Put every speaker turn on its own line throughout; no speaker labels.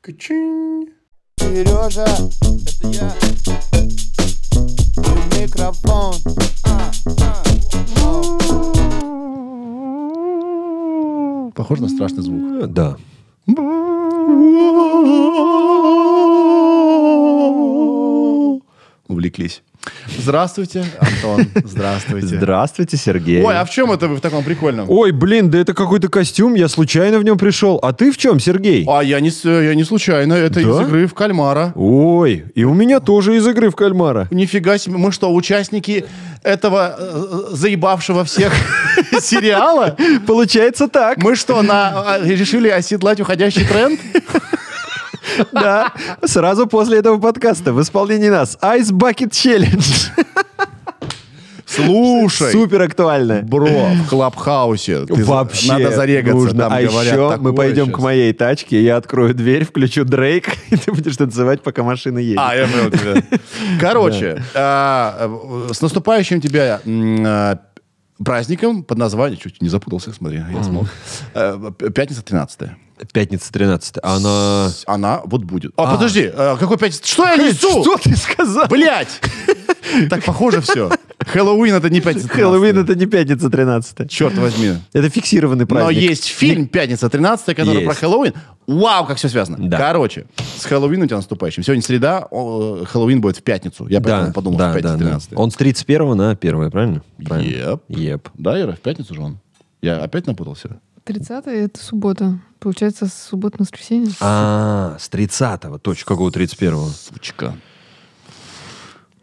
Качинь.
Сережа, это я. И микрофон.
Похоже на страшный звук.
Э, Да.
Увлеклись. Здравствуйте, Антон. Здравствуйте.
Здравствуйте, Сергей.
Ой, а в чем это вы в таком прикольном?
Ой, блин, да это какой-то костюм, я случайно в нем пришел. А ты в чем, Сергей?
А я не, с- я не случайно, это
Да?
из игры в кальмара.
Ой, и у меня тоже из игры в кальмара.
Нифига себе, мы что, участники этого э, заебавшего всех сериала?
Получается так.
Мы что, на, а, решили оседлать уходящий тренд?
Да, сразу после этого подкаста в исполнении нас Ice Bucket Challenge.
Слушай,
Супер актуально.
бро, в Клабхаусе ты за-
Вообще
надо зарегаться.
нужно.
там
а
говорят
еще
такое
мы пойдем
щас.
к моей тачке, я открою дверь, включу Дрейк, и ты будешь танцевать, пока машина едет.
А, я понял тебя. Короче, а, э, с наступающим тебя м, а, праздником под названием... Чуть не запутался, смотри, я смог. Э, п- Пятница 13
Пятница 13 Она...
Она вот будет. А, подожди, э, какой пятница? Что я несу?
Что ты сказал?
Блять! Так похоже все. Хэллоуин это не пятница 13
Хэллоуин это не пятница 13
Черт возьми.
Это
Но
фиксированный праздник.
есть фильм «Пятница 13», который
Есть.
про Хэллоуин. Вау, как все связано.
Да.
Короче, с Хэллоуином у тебя наступающим. Сегодня среда, о, э, Хэллоуин будет в пятницу. Я поэтому подумал, что пятница 13
Он с 31 на 1, правильно?
Еп.
Еп.
Да, Ира, в пятницу же он. Я опять напутался?
30 это суббота. Получается, суббота, воскресенье.
А, с 30-го. Точно, какого 31-го?
Сучка.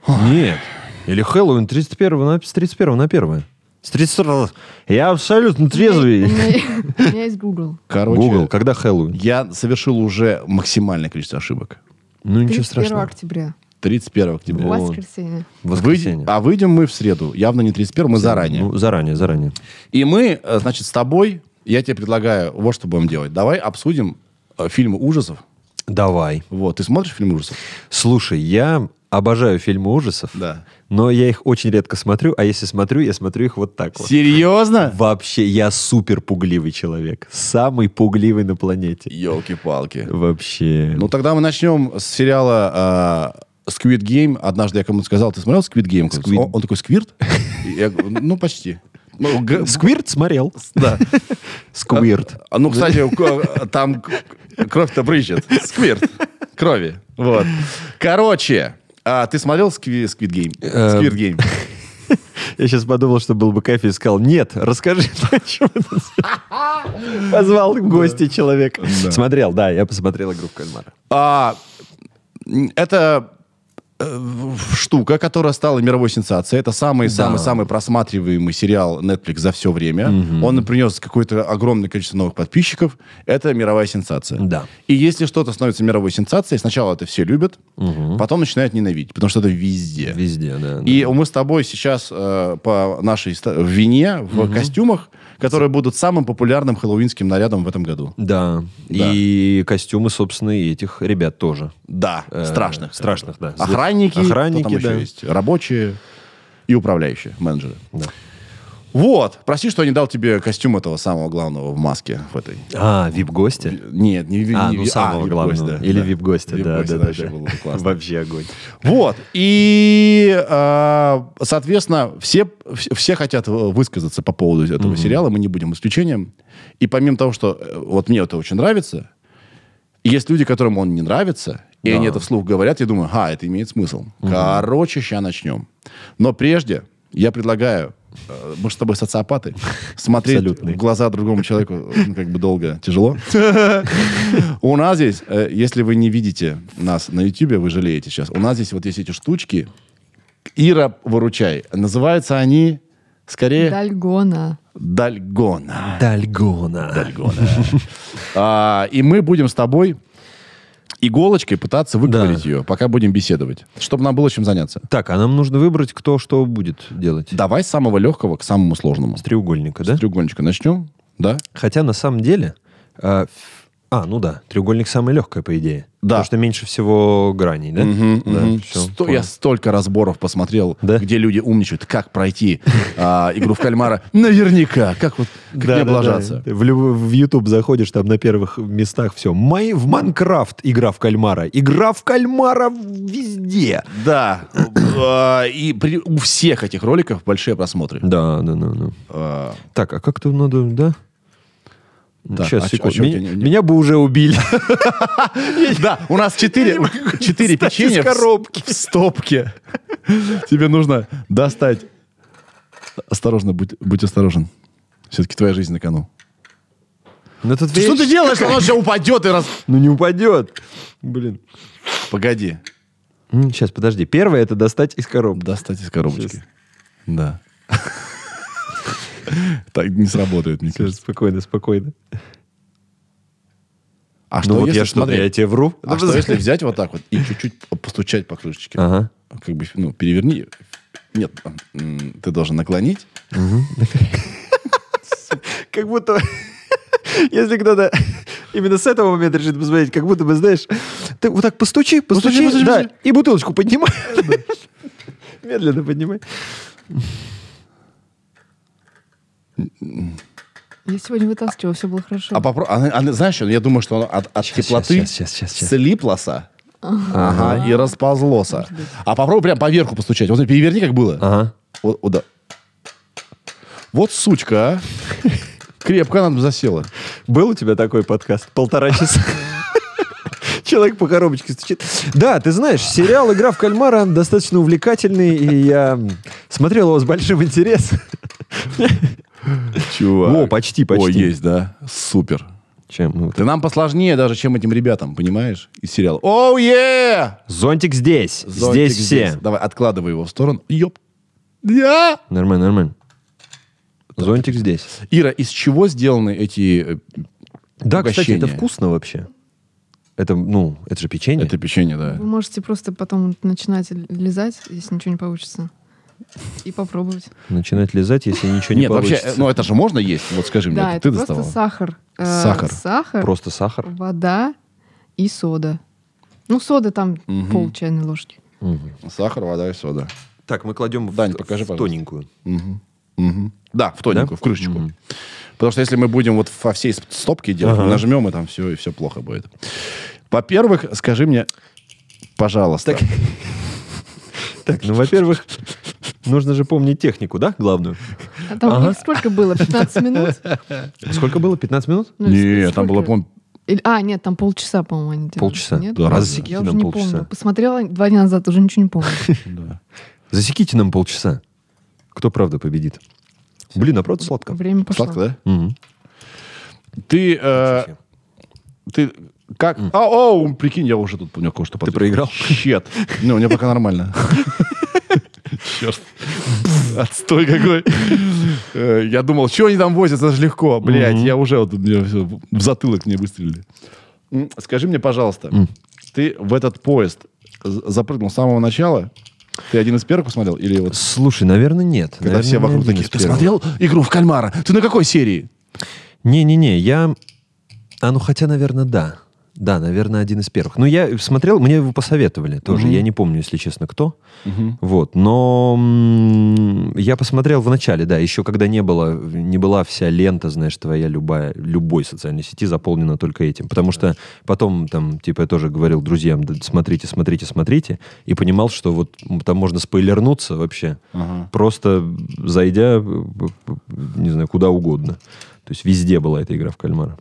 Нет. Или Хэллоуин 31 на, с 31 на 1. С 32 Я абсолютно
У
трезвый.
меня- у меня есть Google.
Короче,
Google, когда Хэллоуин?
я совершил уже максимальное количество ошибок.
Ну, ничего
31
страшного.
октября.
31 октября.
Вот.
Воскресенье.
Воскресенье.
Выйдем- а выйдем мы в среду. Явно не 31, мы заранее.
Ну, заранее, заранее.
И мы, э, значит, с тобой, я тебе предлагаю, вот что будем делать. Давай обсудим э, фильмы ужасов.
Давай.
Вот, ты смотришь фильмы ужасов?
Слушай, я обожаю фильмы ужасов,
Да.
но я их очень редко смотрю, а если смотрю, я смотрю их вот так вот.
Серьезно?
Вообще, я супер пугливый человек. Самый пугливый на планете.
Елки-палки.
Вообще.
Ну, тогда мы начнем с сериала э, Squid Game. Однажды я кому-то сказал, ты смотрел Squid Game?
Squid-
Он, он такой, Сквирт? И я говорю, ну, почти. Ну, г-
Сквирт смотрел.
Да.
Сквирт.
А, Ну, кстати, у ко- там к- кровь-то брызжет. Сквирт. Крови. Вот. Короче, а, ты смотрел Скви- Squid Game?
Э,
Squid Game.
Я сейчас подумал, что был бы кайф, и сказал, нет, расскажи, почему ты с- Позвал в гости человек. Смотрел, да, я посмотрел игру в кальмара.
А, м, это э, в- штука, которая стала мировой сенсацией. Это самый-самый-самый просматриваемый сериал Netflix за все время. Он принес какое-то огромное количество новых подписчиков. Это мировая сенсация.
Да.
И если что-то становится мировой сенсацией, сначала это все любят, потом начинают ненавидеть, потому что это везде.
Везде, да.
И мы с тобой сейчас э, по нашей ста- в вине, в костюмах, которые будут самым популярным хэллоуинским нарядом в этом году.
Да. И костюмы, собственно, и этих ребят тоже.
Да,
Э,
страшных.
Страшных, да.
Охранники,
Охранники,
кто там еще
да.
есть? рабочие и управляющие, менеджеры. Вот, прости, что я не дал тебе костюм этого самого главного в маске в этой.
А, вип-гости?
Нет, не ви-
А,
не
ну
ви-
самого
вип-гость,
главного.
да,
Или
да.
вип-гостя, да,
Вип-гостя,
да, да.
вообще
да.
было бы классно.
Вообще огонь.
Вот. И, э, соответственно, все, вс- все хотят э, высказаться по поводу этого сериала. Мы не будем исключением. И помимо того, что э, вот мне это очень нравится, есть люди, которым он не нравится, и они это вслух говорят, я думаю, а, это имеет смысл. Короче, сейчас начнем. Но прежде я предлагаю, э, мы же с тобой социопаты, смотреть
Абсолютные.
в глаза другому человеку э, ну, как бы долго, тяжело. У нас здесь, э, если вы не видите нас на YouTube, вы жалеете сейчас, у нас здесь вот есть эти штучки. Ира, выручай. Называются они скорее
Дальгона.
Дальгона.
Дальгона.
А, и мы будем с тобой иголочкой пытаться выговорить
Да.
ее, пока будем беседовать, чтобы нам было чем заняться.
Так, а нам нужно выбрать, кто что будет делать.
Давай с самого легкого к самому сложному.
С треугольника, да?
С треугольничка начнем, да?
Хотя на самом деле... э, ф- А, ну да, треугольник самое легкое, по идее.
Да.
Потому что меньше всего граней, да?
Мгм,
Да,
мгм.
всё,
Сто-
понял.
я столько разборов посмотрел,
Да?
где люди умничают, как пройти а, игру в кальмара. Наверняка, как вот как
Да,
не
да, да.
облажаться.
Ты В, люб- в YouTube заходишь, там на первых местах все. Май, в Майнкрафт игра в кальмара. Игра в кальмара везде.
Да. А, И при- у всех этих роликов большие просмотры.
Да, да, да, да.
А,
Так, а как-то надо, да?
Так,
Сейчас,
а чё-
секунду.
а чё у тебя
меня,
не-
меня бы уже убили.
Да, у нас четыре четыре
достать
печенья
из
в с-
коробки.
в стопке. Тебе нужно достать. Осторожно, будь будь осторожен. Все-таки твоя жизнь на кону.
Ну, тут
Что
вещь-
ты делаешь? Оно все упадет и раз...
Ну, не упадет. Блин.
Погоди.
Сейчас, подожди. Первое это достать из коробки.
Достать из коробочки. Да. Так не сработает, мне
Всё,
кажется.
спокойно, спокойно.
А
ну вот
если-
я что,
смотри,
я тебе вру.
а что если взять вот так вот и чуть-чуть по- постучать по крышечке?
Ага.
Как бы, ну, переверни. Нет, м, ты должен наклонить.
Как будто... Если кто-то именно с этого момента решит посмотреть, как будто бы, знаешь, ты вот так постучи, постучи,
постучи,
да,
постучи.
и бутылочку поднимай. Медленно поднимай.
Я сегодня вытаскивала, все было хорошо.
А попро... она- она, знаешь, я думаю, что она от, от теплоты
щас, щас, щас, щас.
слиплоса ага, и расползлоса. А попробуй прям по верху постучать. Вот смотри, переверни, как было.
Ага.
Вот, вот, да. Вот сучка, а. Крепко она там засела.
Был у тебя такой подкаст? Полтора часа. Человек по коробочке стучит. Да, ты знаешь, сериал «Игра в кальмара» достаточно увлекательный, и я смотрел его с большим интересом.
Чувак.
О, почти, почти.
О, есть, да. Супер.
Чем?
Ты нам посложнее даже, чем этим ребятам, понимаешь? Из сериала. Оу, е!
Зонтик здесь.
Зонтик
здесь все.
Давай, откладывай его в сторону. Ёп. Я!
Нормально, нормально. Зонтик здесь.
Ира, из чего сделаны эти э,
Да,
угощения?
кстати, это вкусно вообще. Это, ну, это же печенье.
Это печенье, да.
Вы можете просто потом начинать лизать, если ничего не получится. И попробовать.
Начинать лизать, если ничего не
Нет, вообще,
получится.
э, ну это же можно есть. Вот скажи мне,
да,
это
это
ты
просто
доставал?
сахар. э,
Сахар.
Сахар,
Просто сахар.
вода и сода. Ну, сода там пол чайной ложки.
Сахар, вода и сода.
Так, мы кладем в,
Дань, покажи,
в
пожалуйста.
тоненькую.
Да, в тоненькую, в крышечку. Потому что если мы будем вот во всей сп- стопке делать, мы нажмем, и там все, и все плохо будет. Во-первых, скажи мне, пожалуйста.
Так, ну, во-первых, нужно же помнить технику, да, главную?
А там у них сколько было? 15 минут?
А Сколько было? 15 минут?
Ну, или
не,
сколько?
там было, по-моему,
Или- а, нет, там полчаса, по-моему, они делали.
Полчаса.
Нет?
Да,
Засеките
Я уже
нам
не
полчаса.
помню. Посмотрела два дня назад, уже ничего не помню.
Засеките нам полчаса. Кто правда победит? Блин, а правда сладко.
Время пошло.
сладко, да?
Мгм.
Ты, э, ты как? А, оу, прикинь, я уже тут у меня кое-что Ты
проиграл?
Щет. Ну, у меня пока нормально. Черт. Отстой какой. Э, Я думал, что они там возят, это же легко. Блядь, я уже вот тут мне всё в затылок мне выстрелили. М, Скажи мне, пожалуйста, ты в этот поезд з- запрыгнул с самого начала? Ты один из первых посмотрел? Или вот
Слушай, наверное, нет.
когда все вокруг такие, ты смотрел игру в кальмара? Ты на какой серии?
Не-не-не, я... А ну хотя, наверное, да. Да, наверное, один из первых. Но я смотрел, мне его посоветовали тоже. Я не помню, если честно, кто. Вот, но м, я посмотрел в начале, да, еще когда не было, не была вся лента, знаешь, твоя любая, любой социальной сети заполнена только этим, потому что потом там, типа, я тоже говорил друзьям, «Да смотрите, смотрите, смотрите, и понимал, что вот м, там можно спойлернуться вообще, просто зайдя, э, э, не знаю, куда угодно. То есть везде была эта игра в кальмара.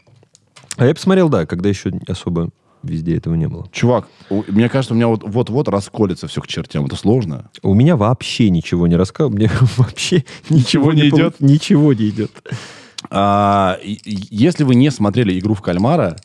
А я посмотрел, да, когда еще особо везде этого не было.
Чувак, у- мне кажется, у меня вот- вот-вот расколется все к чертям. Это сложно.
У меня вообще ничего не рассказывал, мне вообще
Ничего
ничего
не
не
идет?
идет. Ничего не идет.
А, и- и если вы не смотрели игру в кальмара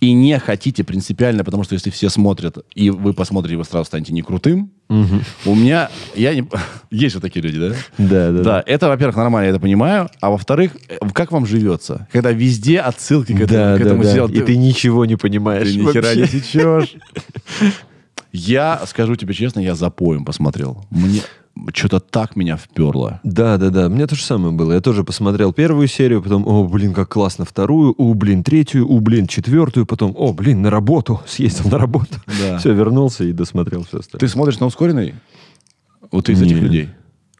и не хотите принципиально, потому что если все смотрят, и вы посмотрите, вы сразу станете не крутым, у меня... Я не... Есть вот такие люди, да?
Да, да,
Да, это, во-первых, нормально, я это понимаю. А во-вторых, э, как вам живется? Когда везде отсылки к этому,
Да,
к
да,
этому
да.
сериалу.
И ты ничего не понимаешь.
Ты ни хера не
вообще.
сечешь. Я, скажу тебе честно, я за поем посмотрел. Мне что-то так меня вперло.
Да, да, да. У меня то же самое было. Я тоже посмотрел первую серию, потом, о, блин, как классно, вторую, о, блин, третью, о, блин, четвертую, потом, о, блин, на работу, съездил на работу.
Да.
Все, вернулся и досмотрел
Ты
все остальное.
смотришь на ускоренный? Вот из этих
Не.
людей.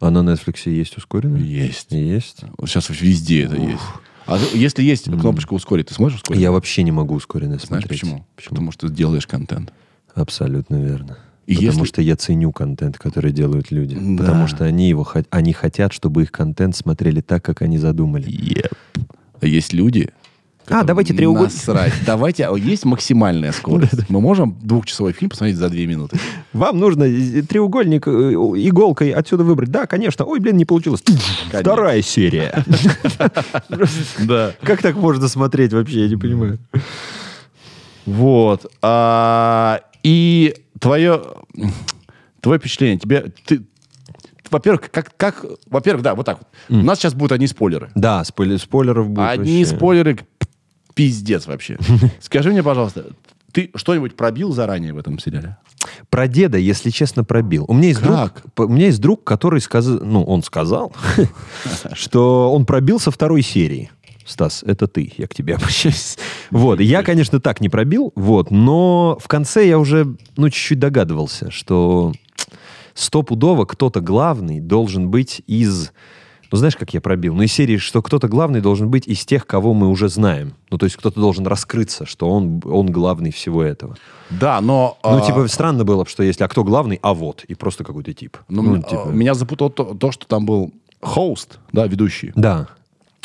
А на Netflix есть ускоренный?
Есть.
Есть.
Сейчас везде это есть. А ты- если есть кнопочка ускорить, ты сможешь ускорить?
Я вообще не могу ускоренный
Знаешь
смотреть.
почему? Потому что ты делаешь контент.
Абсолютно верно.
И
Потому
если-
что я ценю контент, который делают люди.
Да.
Потому что они его хот- они хотят, чтобы их контент смотрели так, как они задумали.
Еп. А есть люди...
А,
которым
давайте треугольник.
Насрать. Давайте, а есть максимальная скорость. Мы можем двухчасовой фильм посмотреть за две минуты.
Вам нужно э, треугольник э, иголкой отсюда выбрать. Да, конечно. Ой, блин, не получилось. Вторая серия.
Да.
Как так можно смотреть вообще? Я не понимаю.
Вот. А, И твое... Твое впечатление, тебе... ты- Во-первых, как, как... Во-первых, да, вот так вот. У нас сейчас будут одни спойлеры.
Да, спойле- спойлеров будет
Одни
вообще.
спойлеры к- пиздец вообще. Скажи мне, пожалуйста, ты что-нибудь пробил заранее в этом сериале?
Про деда, если честно, пробил. У меня есть
Как?
друг, п- у меня есть друг, который сказал, ну, он сказал, что он пробил со второй серии. Стас, это ты, я к тебе обращаюсь. Вот, я, конечно, так не пробил, вот, но в конце я уже, ну, чуть-чуть догадывался, что стопудово кто-то главный должен быть из... Ну, знаешь, как я пробил? Ну, из серии, что кто-то главный должен быть из тех, кого мы уже знаем. Ну, то есть кто-то должен раскрыться, что он, он главный всего этого.
Да, но...
Ну,
а,
типа, странно было бы, что если, а кто главный, а вот, и просто какой-то тип.
но
Ну,
м- а, меня запутало то, то, что там был хост, да, ведущий,
Да.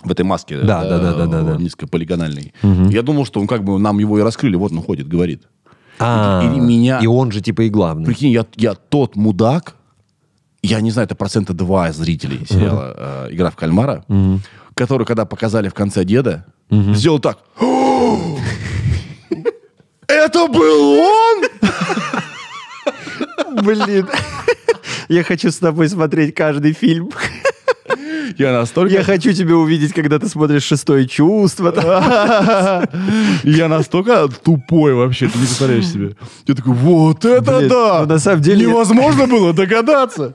в этой маске.
Да, да, да, да, да, да.
Низкополигональный. Я думал, что он как бы нам его и раскрыли, вот он ходит, говорит.
А,
или меня-
И он же, типа, и главный.
Прикинь, я, я тот мудак, я не знаю, это процента два зрителей сериала э, «Игра в кальмара», который, когда показали в конце деда, сделал так. Это был он?
Блин. Я хочу с тобой смотреть каждый фильм.
Я настолько...
хочу тебя увидеть, когда ты смотришь «Шестое чувство».
Я настолько тупой вообще, ты не представляешь себе. Я такой, вот это
Блин,
да!
ну на самом деле-
Невозможно было догадаться.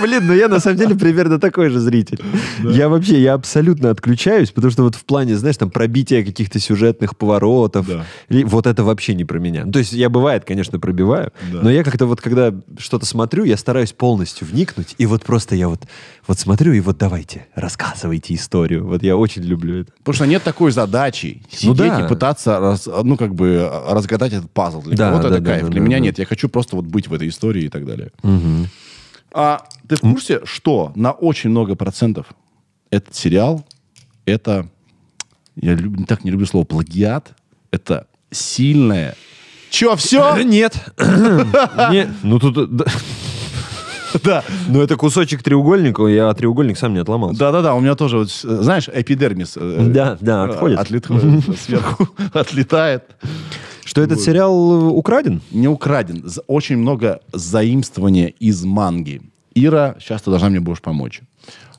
Блин, ну я на самом деле примерно такой же зритель. Я вообще, я абсолютно отключаюсь, потому что вот в плане, знаешь, там пробития каких-то сюжетных поворотов,
Да.
ли- вот это вообще не про меня. Ну, То есть я бывает, конечно, пробиваю,
Да.
но я как-то вот когда что-то смотрю, я стараюсь полностью вникнуть, и вот просто я вот, вот смотрю, и вот давайте, рассказывайте историю. Вот я очень люблю это.
Потому что нет такой задачи сидеть
Ну да.
и пытаться, раз- ну, как бы, разгадать этот пазл. Для
Да,
кого-то
да,
это
да,
кайф,
да,
для
да,
меня
да.
нет. Я хочу просто вот быть в этой истории и так далее. А ты в курсе, что на очень много процентов этот сериал, это, я люб- так не люблю слово плагиат, это сильное... Че, все?
Э, Нет. Нет. Ну тут... э, да.
Да.
Ну это кусочек треугольника, я треугольник сам не отломал.
Да-да-да, у меня тоже, вот, с- э, знаешь, эпидермис. э,
Да, да,
э,
отходит.
отлет- Сверху отлетает.
Что этот сериал э, украден?
не украден. За- Очень много заимствования из манги. Ира, сейчас ты должна мне будешь помочь.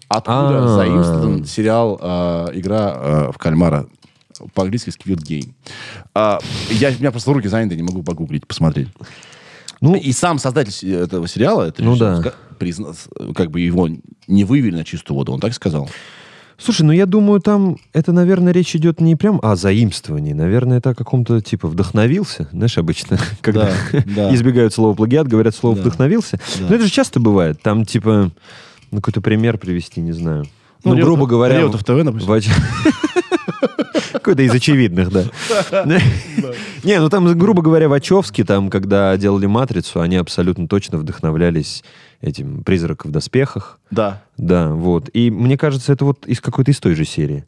Откуда
А.
заимствован сериал э, «Игра э, в кальмара» по-английски «Squid Game». А, я, у меня просто руки заняты, не могу погуглить, посмотреть.
Ну,
И сам создатель се- этого сериала, это
Ну
режиссер,
да.
ска- призна- с- как бы его не вывели на чистую воду, он так сказал.
Слушай, ну я думаю, там это, наверное, речь идет не прям о заимствовании. Наверное, это о каком-то типа вдохновился. Знаешь, обычно, когда
да.
избегают слова плагиат, говорят слово
Да.
вдохновился.
Да.
Но это же часто бывает. Там типа, ну какой-то пример привести, не знаю. Ну,
Реутов-
грубо говоря...
Реутов ТВ,
в
допустим.
оч- Какой-то из очевидных, да. Не, ну там, грубо говоря, Вачовски, там, когда делали «Матрицу», они абсолютно точно вдохновлялись этим «Призрак в доспехах».
Да.
Да, вот. И мне кажется, это вот из какой-то из той же серии.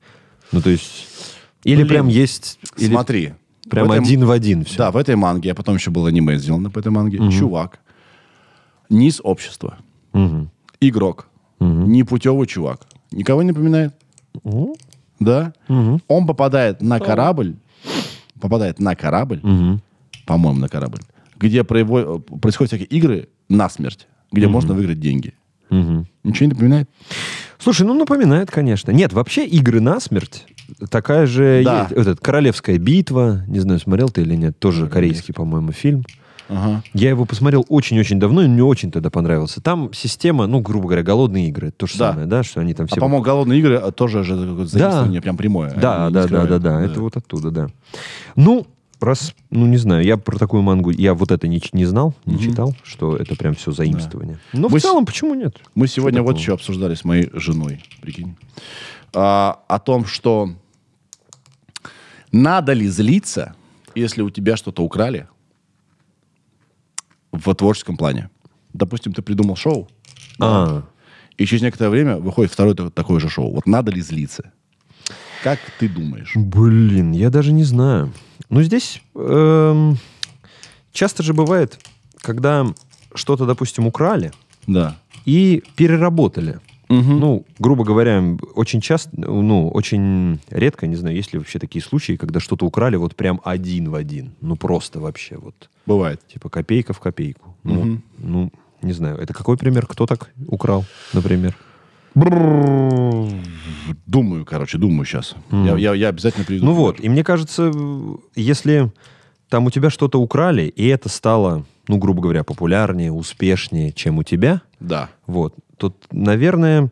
Ну, то есть... Или
Блин.
прям есть... Или
Смотри.
прям
в этом-
один в один все.
Да, в этой манге, а потом еще было аниме сделано по этой манге. Чувак. Низ общества. Игрок. Непутевый чувак. Никого не напоминает?
Ну.
Да? Он попадает на корабль. Попадает на корабль. По-моему, на корабль. Где проиво- происходят всякие игры насмерть. Где можно выиграть деньги. Ничего не напоминает?
Слушай, ну напоминает, конечно. Нет, вообще игры насмерть такая же...
Да.
есть. Вот этот «Королевская битва». Не знаю, смотрел ты или нет. Тоже корейский, по-моему, фильм.
Ага. А
Я его посмотрел очень-очень давно, и мне очень тогда понравился. Там система, ну, грубо говоря, голодные игры. То же
Да.
самое, да, что они там
А,
все...
по-моему, голодные игры а, тоже же какое-то заимствование прям прямое.
Да,
Они
да,
не
да, да,
скрывают.
да. Это вот оттуда, да. Ну, раз, ну не знаю, я про такую мангу, я вот это не, ч- не знал, не читал, что это прям все заимствование. Но
Мы
в
с-
целом, почему нет?
Мы сегодня
Что
вот
такого?
еще обсуждали с моей женой, прикинь, А, о том, что надо ли злиться, если у тебя что-то украли в творческом плане. Допустим, ты придумал шоу,
А,
и через некоторое время выходит второе та- такое же шоу. Вот надо ли злиться? Как ты думаешь?
блин, я даже не знаю. Ну, здесь эм, часто же бывает, когда что-то, допустим, украли,
Да.
и переработали. Ну, грубо говоря, м, очень часто, ну, очень редко, не знаю, есть ли вообще такие случаи, когда что-то украли вот прям один в один. Ну, просто вообще вот.
Бывает.
Типа копейка в копейку. Ну, ну, не знаю. Это какой пример? Кто так украл, например?
Думаю, короче, думаю сейчас. Я, я- я обязательно приведу.
Ну
пример.
вот, и мне кажется, в- если там у тебя что-то украли, и это стало, ну, грубо говоря, популярнее, успешнее, чем у тебя,
Да.
Вот. Тут, наверное,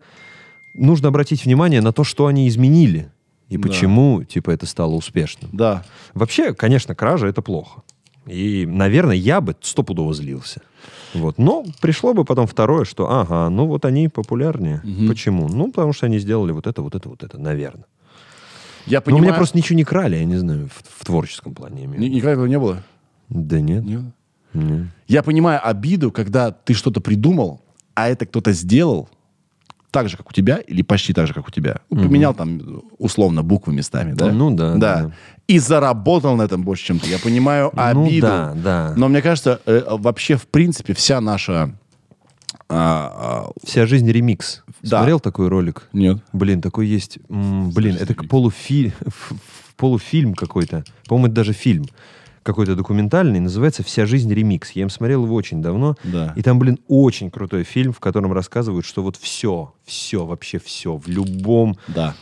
нужно обратить внимание на то, что они изменили. И
Да.
почему, типа, это стало успешным.
Да.
Вообще, конечно, кража — это плохо. И, наверное, я бы стопудово злился. Вот. Но пришло бы потом второе, что, ага, ну вот они популярнее. Почему? Ну, потому что они сделали вот это, вот это, вот это, наверное.
Я
Но у
понимаю.
меня Ну, просто ничего не крали, я не знаю, в, в творческом плане. я имею в
Ни-
виду.
Никогда этого не было?
Да нет.
Не было.
нет.
Я понимаю обиду, когда ты что-то придумал, а это кто-то сделал так же, как у тебя, или почти так же, как у тебя. Ну, Поменял там условно буквы местами, да?
Ну да,
Да.
да.
И заработал на этом больше, чем ты. Я понимаю
Ну
обиду.
да, да.
Но мне кажется, э, вообще, в принципе, вся наша... а, а,
Вся жизнь ремикс.
Да.
Смотрел такой ролик?
Нет.
Блин, такой есть. м, блин, это
ремикс?
полуфи- ф- ф- полуфильм какой-то. По-моему, это даже фильм какой-то документальный. Называется «Вся жизнь ремикс». Я им смотрел его очень давно.
Да.
И там, блин, очень крутой фильм, в котором рассказывают, что вот все, все, вообще все, в любом,
Да.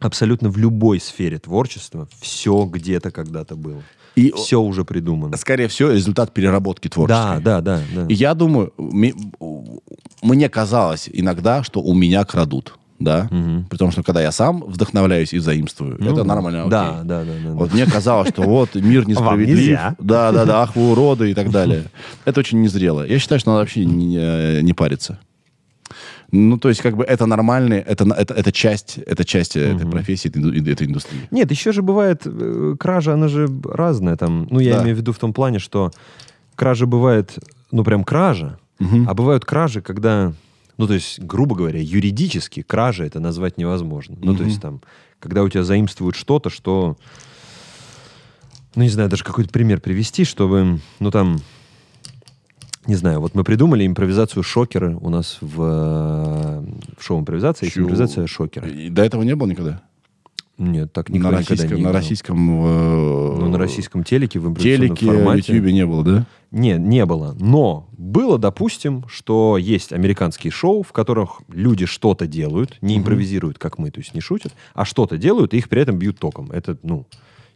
абсолютно в любой сфере творчества, все где-то когда-то было.
И-
все уже придумано.
Скорее всего, результат переработки творческой.
Да, да, да, да.
И я думаю, ми- мне казалось иногда, что у меня крадут. Да? При том, что когда я сам вдохновляюсь и заимствую,
Ну,
это нормально. окей.
Да, да, да, да, да.
Вот мне казалось, что вот мир несправедлив.
нельзя.
Да, да, да, ах вы уроды и так далее. Это очень незрело. Я считаю, что надо вообще не, э, не париться. Ну, то есть, как бы это нормально, это, на- это, это часть, это часть э, этой профессии, этой инду- этой индустрии.
Нет, еще же бывает э, кража, она же разная там. Ну, я
Да.
имею в виду в том плане, что кража бывает, ну, прям кража, а бывают кражи, когда, ну, то есть, грубо говоря, юридически кража это назвать невозможно. Ну, то есть, там, когда у тебя заимствуют что-то, что, ну, не знаю, даже какой-то пример привести, чтобы, ну, там, не знаю, вот мы придумали импровизацию шокера у нас в, э, в шоу импровизация, есть
Чё?
импровизация шокера.
И до этого не было никогда?
Нет, так никто
На
никогда не
российском, на
играл.
российском, э,
Ну, на российском телеке в импровизационном
телеке,
формате.
ютюбе не было, да?
Не, не было. Но было, допустим, что есть американские шоу, в которых люди что-то делают, не импровизируют, как мы, то есть не шутят, а что-то делают, и их при этом бьют током. Это, ну,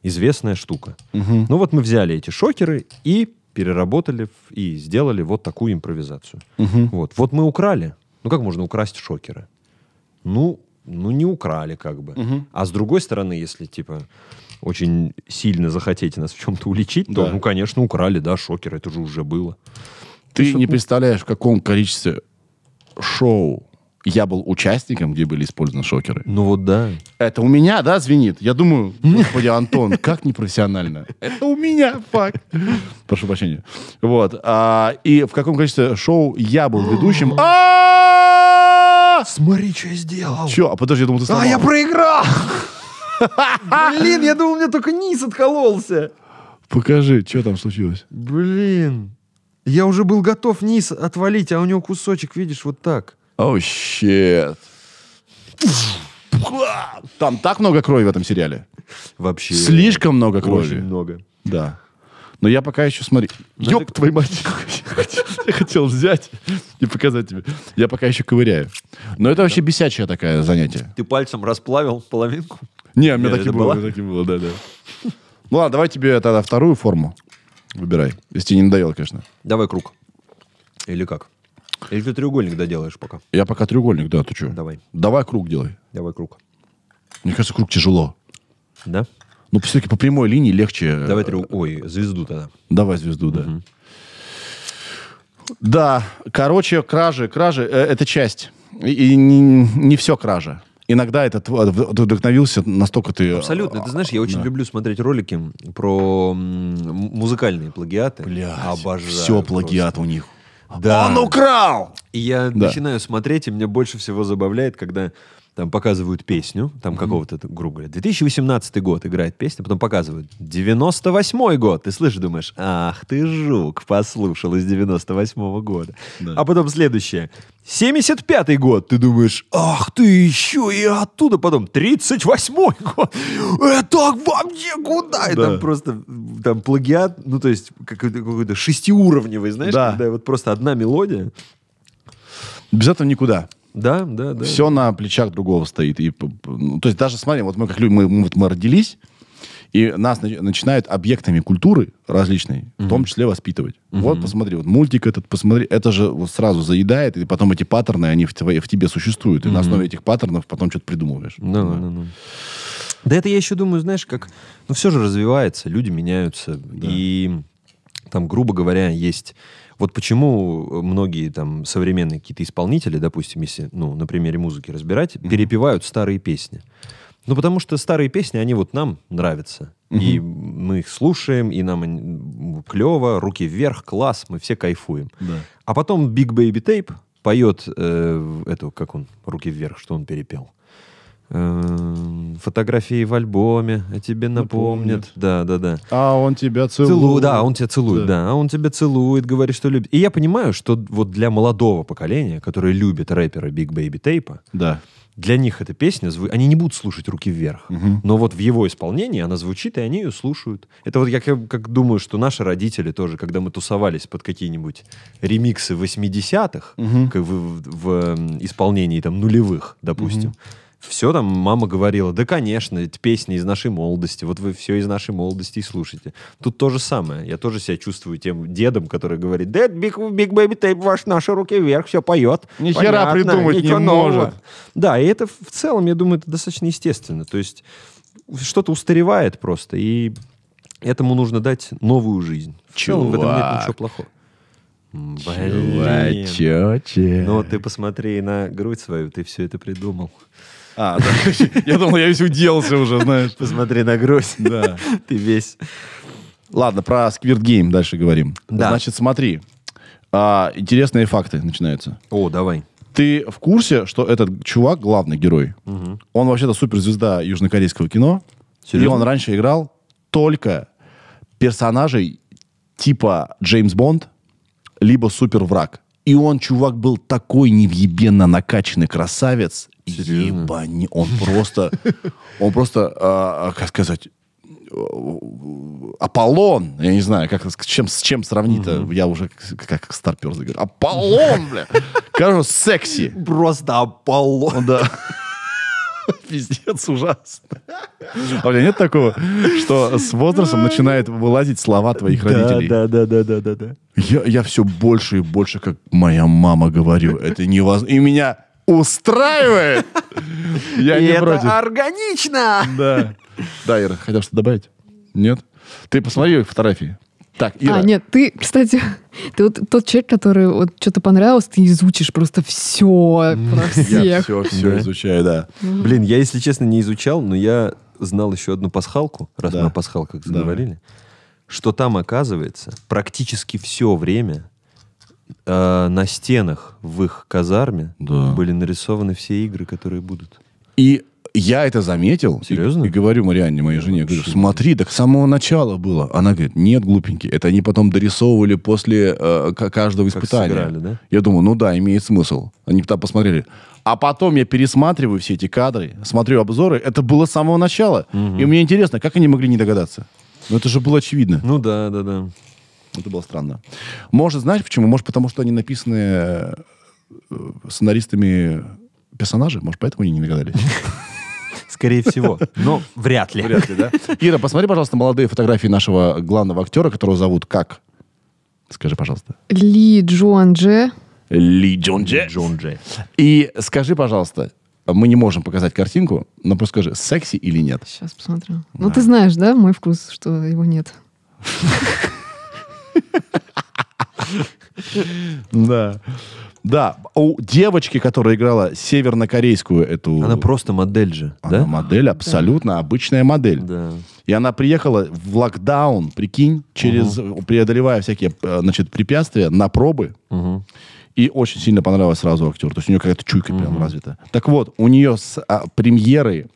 известная штука. Ну вот мы взяли эти шокеры и переработали в- и сделали вот такую импровизацию. Вот. вот мы украли. Ну как можно украсть шокеры? ну, ну не украли как бы. А с другой стороны, если типа очень сильно захотите нас в чем-то уличить, то,
Да.
ну, конечно, украли, да, шокер, это же уже было.
Ты не представляешь, в каком количестве шоу я был участником, где были использованы шокеры.
Ну вот да.
Это у меня, да, звенит? Я думаю, господи, Антон, как непрофессионально. Это у меня, факт. Прошу прощения. Вот. а, и в каком количестве шоу я был ведущим? А!
Смотри, что я сделал.
Чё? А подожди, я думал, ты сломал.
проиграл! Блин, я думал, у меня только низ откололся.
Покажи, что там случилось.
Блин. Я уже был готов низ отвалить, а у него кусочек, видишь, вот так.
О, щет. Там так много крови в этом сериале.
Вообще.
Слишком много
Очень
крови.
много.
Да. Но я пока еще смотри. Ёб твою мать. Я хотел взять и показать тебе. Я пока еще ковыряю. Но это вообще бесячее такое занятие.
Ты пальцем расплавил половинку?
Не, у меня
Нет,
так и
это
было.
была?
у меня так и было, да, да. Ну ладно, давай тебе тогда вторую форму. Выбирай. Если тебе не надоело, конечно.
Давай круг. Или как? Или ты треугольник доделаешь пока?
Я пока треугольник, да, ты что?
Давай.
Давай круг делай.
Давай круг.
Мне кажется, круг тяжело.
Да?
Ну, все-таки по прямой линии легче. э,
Давай треу... Ой, звезду тогда.
Давай звезду, да. Да, короче, кражи, кражи э, это часть. И, и не, все кража. Иногда это тв- в- ты вдохновился, настолько ты...
Абсолютно. Ты знаешь, я очень
Да.
люблю смотреть ролики про м, музыкальные плагиаты.
Блядь,
Обожаю.
все плагиат у них.
Да.
Он украл!
И я
Да.
начинаю смотреть, и меня больше всего забавляет, когда там показывают песню, там какого-то, грубо говоря, 2018 год играет песня, потом показывают 98 год. Ты слышишь, думаешь, ах ты жук, послушал из 98 года.
Да.
А потом следующее. 75 год. Ты думаешь, ах ты еще и оттуда. Потом 38 год. «Э, Это вообще куда? И
Да.
там просто м, там плагиат, ну то есть какой-то, какой-то шестиуровневый, знаешь,
Да.
когда вот просто одна мелодия.
Без этого никуда.
Да, да, да.
Все на плечах другого стоит. И, п- п- ну, то есть даже, смотри, вот мы как люди, мы, мы вот мы родились, и нас нач- начинают объектами культуры различной, в том числе воспитывать. Вот посмотри, вот мультик этот, посмотри, это же вот сразу заедает, и потом эти паттерны, они в, твоей- в тебе существуют, и на основе этих паттернов потом что-то придумываешь.
Да, да, да, да. Да это я еще думаю, знаешь, как... Ну, все же развивается, люди меняются. И там, грубо говоря, есть... Вот почему многие там современные какие-то исполнители, допустим, если, ну, на примере музыки разбирать, перепевают старые песни. Ну, потому что старые песни, они вот нам нравятся. И мы их слушаем, и нам они- клево, руки вверх, класс, мы все кайфуем.
Да.
А потом Big Baby Tape поет э, в- эту, как он, руки вверх, что он перепел. Эм, Фотографии в альбоме о тебе напомнят. Да, да, да.
А он тебя целует.
Целую, да, он тебя целует, да. А он тебя целует, говорит, что любит. И я понимаю, что вот для молодого поколения, которое любит рэпера Big Baby Tape,
Да.
для них эта песня, зв- они не будут слушать руки вверх. Но вот в его исполнении она звучит, и они ее слушают. Это вот я как, как думаю, что наши родители тоже, когда мы тусовались под какие-нибудь ремиксы 80-х, как в, в- в, эм, исполнении там нулевых, допустим, все там мама говорила, да, конечно, это песни из нашей молодости, вот вы все из нашей молодости и слушаете. Тут то же самое. Я тоже себя чувствую тем дедом, который говорит, да, это Big, Big Baby Tape, ваш, наши руки вверх, все поет.
Ни хера придумать не
ничего нового».
может.
Да, и это в целом, я думаю, это достаточно естественно. То есть что-то устаревает просто, и этому нужно дать новую жизнь. В целом в этом нет
Чувак.
ничего плохого. М, блин. Ну
Чувачочек.
Но ты посмотри на грудь свою, ты все это придумал.
А, да. Я думал, я весь уделся уже, знаешь.
Посмотри на грудь.
Да.
Ты весь.
Ладно, про Squid Game дальше говорим.
Да.
Значит, смотри. А, интересные факты начинаются.
О, давай.
Ты в курсе, что этот чувак главный герой? Он вообще-то суперзвезда южнокорейского кино. И
Серьезно?
он раньше играл только персонажей типа Джеймс Бонд, либо супервраг. И он, чувак, был такой невъебенно накачанный красавец.
Серьезно?
Ебани, он просто, он просто, а, а, как сказать, Аполлон, я не знаю, как, с чем, с чем сравнить-то, я уже как, как старпер говорю. Аполлон, бля! Короче, секси.
Просто Аполлон.
Да. Пиздец, ужасно. А у меня нет такого, что с возрастом начинает вылазить слова твоих родителей?
Да, да, да, да, да, да.
Я, я все больше и больше, как моя мама, говорю. Это невозможно. И меня устраивает. Я
И
не
это
против.
органично.
Да. Да, Ира, хотел что-то добавить? Нет? Ты посмотри фотографии. Так, Ира.
А, нет, ты, кстати, ты вот тот человек, который вот что-то понравилось, ты изучишь просто все про
Я
всех.
все, все
Да.
изучаю, да.
Блин, я, если честно, не изучал, но я знал еще одну пасхалку, раз
Да.
мы о пасхалках
Давай.
заговорили, что там, оказывается, практически все время э, на стенах в их казарме
Да.
были нарисованы все игры, которые будут.
И я это заметил. и-
Серьезно?
И, говорю Марианне, моей жене, говорю, смотри, так с самого начала было. Она говорит, нет, глупенький, это они потом дорисовывали после э, к- каждого испытания.
сыграли, да?
Я думаю, ну да, имеет смысл. Они там посмотрели. А потом я пересматриваю все эти кадры, смотрю обзоры. Это было с самого начала. И мне интересно, как они могли не догадаться? Ну это же было очевидно.
Ну да, да, да.
Это было странно. Может, знаешь почему? Может, потому что они написаны э, э, сценаристами персонажей? Может, поэтому они не догадались?
Скорее всего. Но вряд ли.
Вряд ли, да? Ира, посмотри, пожалуйста, молодые фотографии нашего главного актера, которого зовут как? Скажи, пожалуйста.
Ли Джуан Дже.
Ли Джон Дже.
Джон Джей.
И скажи, пожалуйста, мы не можем показать картинку, но просто скажи, секси или нет?
Сейчас посмотрю. Ну, ты знаешь, да, мой вкус, что его нет.
Да. Да, у девочки, которая играла севернокорейскую эту...
Она просто модель же,
Она
да?
модель, абсолютно обычная модель.
Да.
И она приехала в локдаун, прикинь, через преодолевая всякие э, значит, препятствия на пробы. И очень сильно понравилась сразу актер. То есть у нее какая-то чуйка прям развита. Так вот, у нее с а, премьеры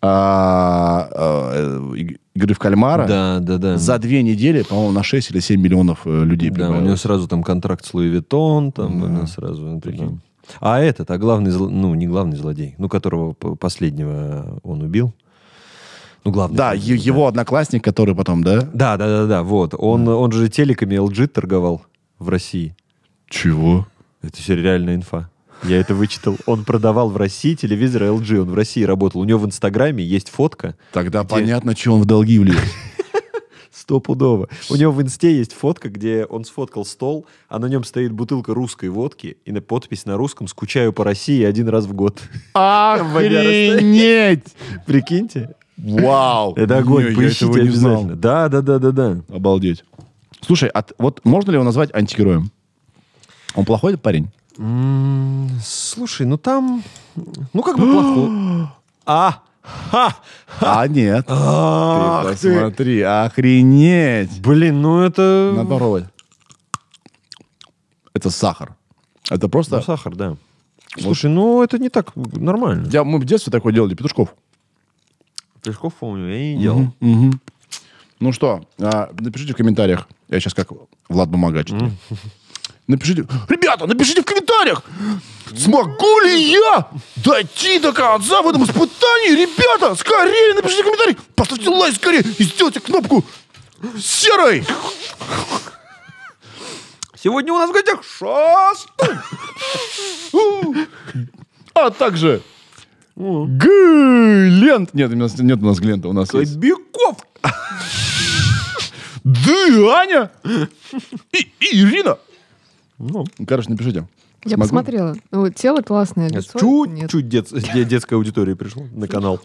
а, а, э, иг- игры в кальмара
Да, да, да.
за две недели, по-моему, на 6 или 7 миллионов э, людей
Да, у
прибавилось.
нее сразу там контракт с Луи Виттон, там она сразу, ну, прикинь. А этот, а главный, зло- ну, не главный злодей, ну, которого п- последнего он убил. Ну, главный.
Да,
злодей,
е- его одноклассник, который потом, да?
Да, да, да, да, вот. Он, он же телеками LG торговал в России.
Чего?
Это все реальная инфа. Я это вычитал. Он продавал в России телевизор LG, он в России работал. У него в Инстаграме есть фотка,
Тогда понятно, что он в долги влез.
Стопудово. У него в инсте есть фотка, где он сфоткал стол, а на нем стоит бутылка русской водки и на подпись на русском «Скучаю по России один раз в год».
Охренеть!
Прикиньте.
Вау!
Это огонь,
Не,
поищите
я этого не знал.
обязательно. Да, да, да, да, да.
Обалдеть. Слушай, а т- вот можно ли его назвать антигероем? Он плохой этот парень?
Слушай, ну там... Ну как бы плохо. А! Ха!
А, нет.
Ах
Ты
ты!
посмотри, охренеть.
Блин, ну
Надо
это...
попробовать. Это сахар. Это
Ну,
просто...
сахар, да. Слушай, ну это не так нормально.
Я, мы в детстве такое делали, петушков.
Пешков, помню, я и не делал.
Ну что, а, напишите в комментариях. Я сейчас как Влад Бумага читаю. Напишите... Ребята, напишите в комментариях, смогу ли я дойти до конца в этом испытании, ребята? Скорее напишите в комментариях, поставьте лайк скорее и сделайте кнопку серой.
Сегодня у нас в гостях
Шест. А также Глент. Нет, у нас нет у нас Глента, у нас есть
Биков.
Да, Аня и и Ирина.
Ну,
Короче, напишите.
Я
Могу?
посмотрела. Ну, тело классное, лицо нет.
Чуть-чуть детская аудитория пришла на канал.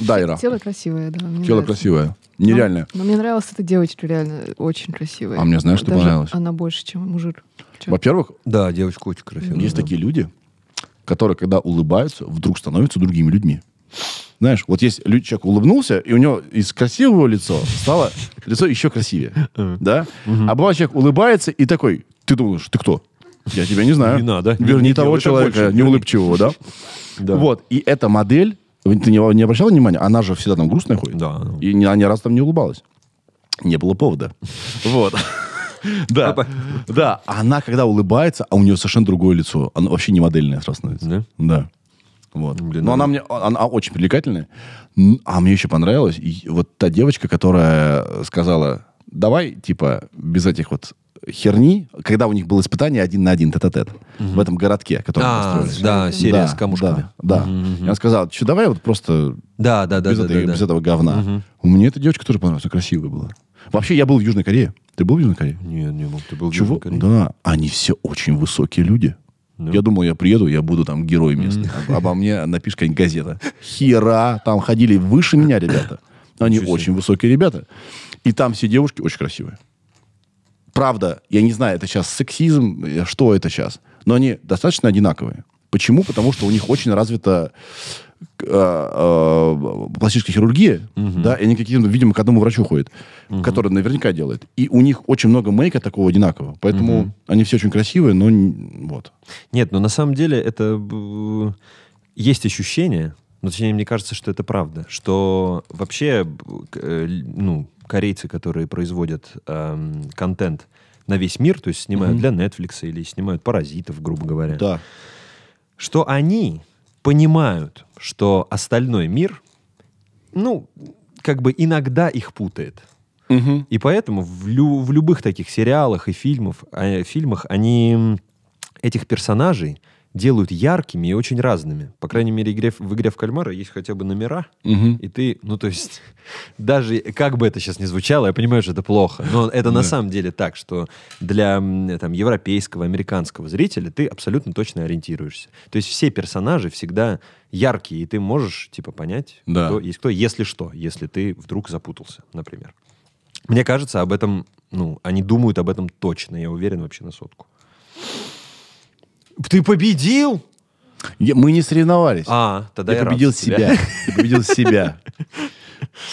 Да, Ира.
Тело красивое, да. мне
Тело
нравится. Ну,
красивое.
Но-
Нереальное.
Но, мне нравилась эта девочка, реально, очень красивая.
А мне знаешь, что
Даже
понравилось?
Она больше, чем мужик. Чё?
Во-первых,
Да, девочка очень красивая.
есть такие люди, которые, когда улыбаются, вдруг становятся другими людьми. Знаешь, вот есть лю- человек улыбнулся, и у него из красивого лицо стало лицо еще красивее. Да? А бывает, человек улыбается и такой, ты думаешь, ты кто? Я тебя не знаю.
Не надо. Не-
Верни
не
того
делай так
человека,
больше.
неулыбчивого, да?
Да.
Вот, и эта модель, вы- ты не, не обращал внимания, она же всегда там грустная ходит.
Да. ну.
И ни, она ни раз там не улыбалась. Не было повода. Вот. Да. Да. Она, когда улыбается, а у нее совершенно другое лицо. Она вообще не модельная сразу становится.
Да?
Да. Вот.
Блин,
Но
ну-
она мне она очень привлекательная. М, А мне еще понравилась и вот та девочка, которая сказала, давай, типа, без этих вот херни, когда у них было испытание один на один тет-а-тет в этом городке, который
А,
построили.
да, серия
Да,
с камушками.
Да, да. Я сказал, что давай вот просто
Да, да, да.
без,
да,
этой-
да,
без
да.
этого говна. Мне эта девочка тоже понравилась, она красивая была. Вообще, я был в Южной Корее. Ты был в Южной Корее?
Не, не был. Ты был в
Чего?
Южной Корее?
Да, они все очень высокие люди. Я думал, я приеду, я буду там герой местный. Об- Обо мне напишет какая-нибудь газета. Хера, там ходили выше меня ребята. Они
Ничего себе.
очень высокие ребята. И там все девушки очень красивые. Правда, я не знаю, это сейчас сексизм, э, что это сейчас. Но они достаточно одинаковые. Почему? Потому что у них очень развита к- э, э, пластическая хирургия, да, и они какие-то, видимо, к одному врачу ходят, который наверняка делает. И у них очень много мейка такого одинакового. Поэтому они все очень красивые, но н- вот.
Нет, но на самом деле это... б- Есть ощущение, но точнее, мне кажется, что это правда, что вообще, б- к- э, л- ну, корейцы, которые производят эм, контент на весь мир, то есть снимают для Netflix или снимают паразитов, грубо говоря.
Да.
что они понимают, что остальной мир, ну, как бы иногда их путает. И поэтому в, лю- в а, любых таких сериалах и фильмов, э, фильмах они м, этих персонажей делают яркими и очень разными. По крайней мере, игре, в игре в кальмара есть хотя бы номера,
Мгм.
и ты, ну то есть, даже как бы это сейчас не звучало, я понимаю, что это плохо, но это на самом деле так, что для м, там, европейского, американского зрителя ты абсолютно точно ориентируешься. То есть все персонажи всегда яркие, и ты можешь типа понять,
Да.
кто есть кто, если что, если ты вдруг запутался, например. Мне кажется, об этом, ну, они думают об этом точно, я уверен вообще на сотку. Ты победил?
Я- Мы не соревновались.
А, тогда я,
я
рад
победил
за тебя.
себя. Я победил себя.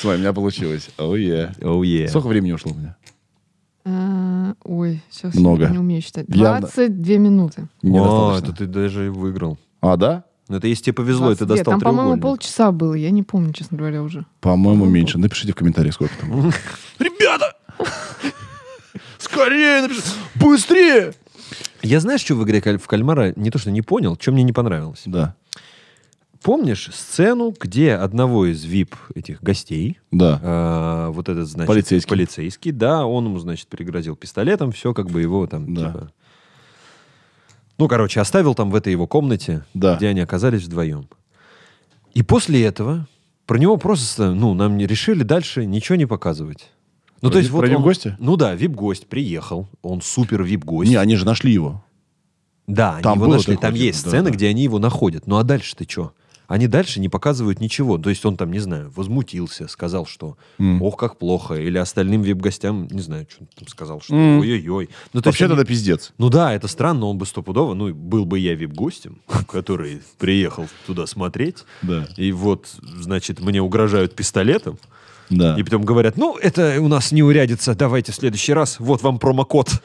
Смотри, у меня получилось. Ой,
Оу, е.
Сколько времени ушло у меня?
А, Ой, сейчас
Много.
не умею считать.
Явно.
22 минуты.
О,
Недостаточно.
это ты даже выиграл.
А, да?
Ну, это если тебе повезло, и ты
22.
достал
Там, по-моему,
треугольник.
полчаса было. Я не помню, честно говоря, уже.
По-моему, меньше. Напишите в комментариях, сколько там. было. Ребята! Скорее напишите! Быстрее!
Я знаешь, что в игре «Каль- в кальмара не то, что не понял, что мне не понравилось.
Да.
Помнишь сцену, где одного из VIP этих гостей,
Да.
а, вот этот, значит,
Полицейский.
полицейский, да, он ему, значит, перегрозил пистолетом, все как бы его там,
Да.
типа... Ну, короче, оставил там в этой его комнате,
Да.
где они оказались вдвоем. И после этого про него просто, ну, нам не решили дальше ничего не показывать. Ну,
Про
то есть
ви-
вот
про
он-
вип-гостя?
Ну да, вип-гость приехал, он супер вип-гость.
Не, они же нашли его.
Да,
Там
они его
было
нашли.
такое,
Там
типа,
есть
да,
сцены,
да.
где они его находят. Ну а дальше ты что? Они дальше не показывают ничего. То есть он там, не знаю, возмутился, сказал, что
М.
ох, как плохо. Или остальным вип-гостям, не знаю, что он там сказал, что
М.
ой-ой-ой. Ну, то есть
Вообще-то
они-
это пиздец.
ну да, это странно, он бы стопудово, ну, был бы я вип-гостем, который приехал туда смотреть,
Да.
и вот, значит, мне угрожают пистолетом,
Да.
и потом говорят, ну, это у нас не урядится, давайте в следующий раз, вот вам промокод.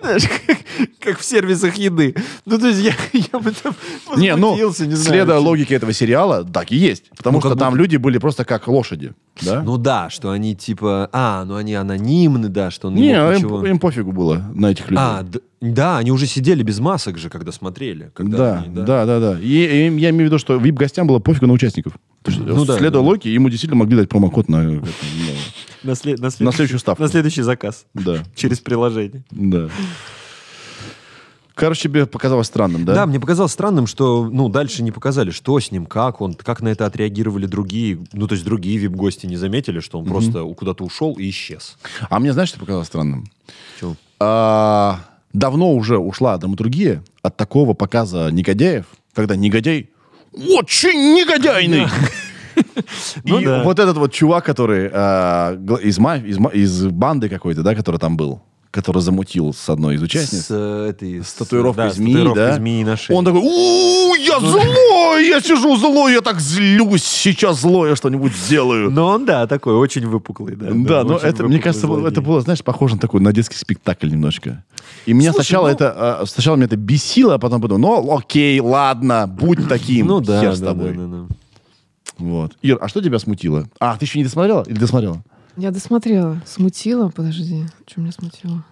Знаешь, как, как в сервисах еды. Ну, то есть я, я бы там
Не, ну,
возмутился, не знаю.
следуя логике этого сериала, так и есть. Потому
Ну, как
что там
будто-
люди были просто как лошади. Да?
Ну да, что они типа... А, ну они анонимны, да, что он не, а
не,
мог
им,
ничего...
им пофигу было на этих людей.
А, д- да, они уже сидели без масок же, когда смотрели. Когда
да,
они,
да, да, да, И, и им- я имею в виду, что вип-гостям было пофигу на участников. То есть,
Ну да,
следуя
да.
логике, ему действительно могли дать промокод на, э, как,
На, сле- на
ну, на
следующий-
следующую ставку.
на следующий заказ.
Да,
Через приложение.
да. Короче, тебе показалось странным, да?
Да? мне показалось странным, что ну дальше не показали, что с ним, как он, как на это отреагировали другие, ну то есть другие вип-гости не заметили, что он просто у- куда-то ушел и исчез.
А мне знаешь, что показалось странным? А, давно уже ушла драматургия от такого показа негодяев, когда негодяй очень негодяйный.
Ну
И
да.
вот этот вот чувак, который а, гла- из, маф- из, ма- из банды какой-то, да, который там был, который замутил с одной из участниц.
С, э, этой,
С татуировкой
да, с
змеи,
татуировкой
да?
змеи на шее. Ну
Он такой, у я злой, я сижу злой, я так злюсь, сейчас злой я что-нибудь сделаю.
Но он, да, такой, очень выпуклый, да.
Да, но это,
очень выпуклый
мне кажется, было-
злодей.
это было, знаешь, похоже на такой, на детский спектакль немножко. И меня
Слушай,
сначала
ну-
это, а, сначала меня это бесило, а потом подумал, ну, окей, ладно, будь таким,
Ну да,
хер
да,
с
да,
тобой.
да, да.
Вот. Ир, а что тебя смутило? А, ты еще не досмотрела? Или досмотрела?
Я досмотрела. Смутила? Подожди. Что меня смутило?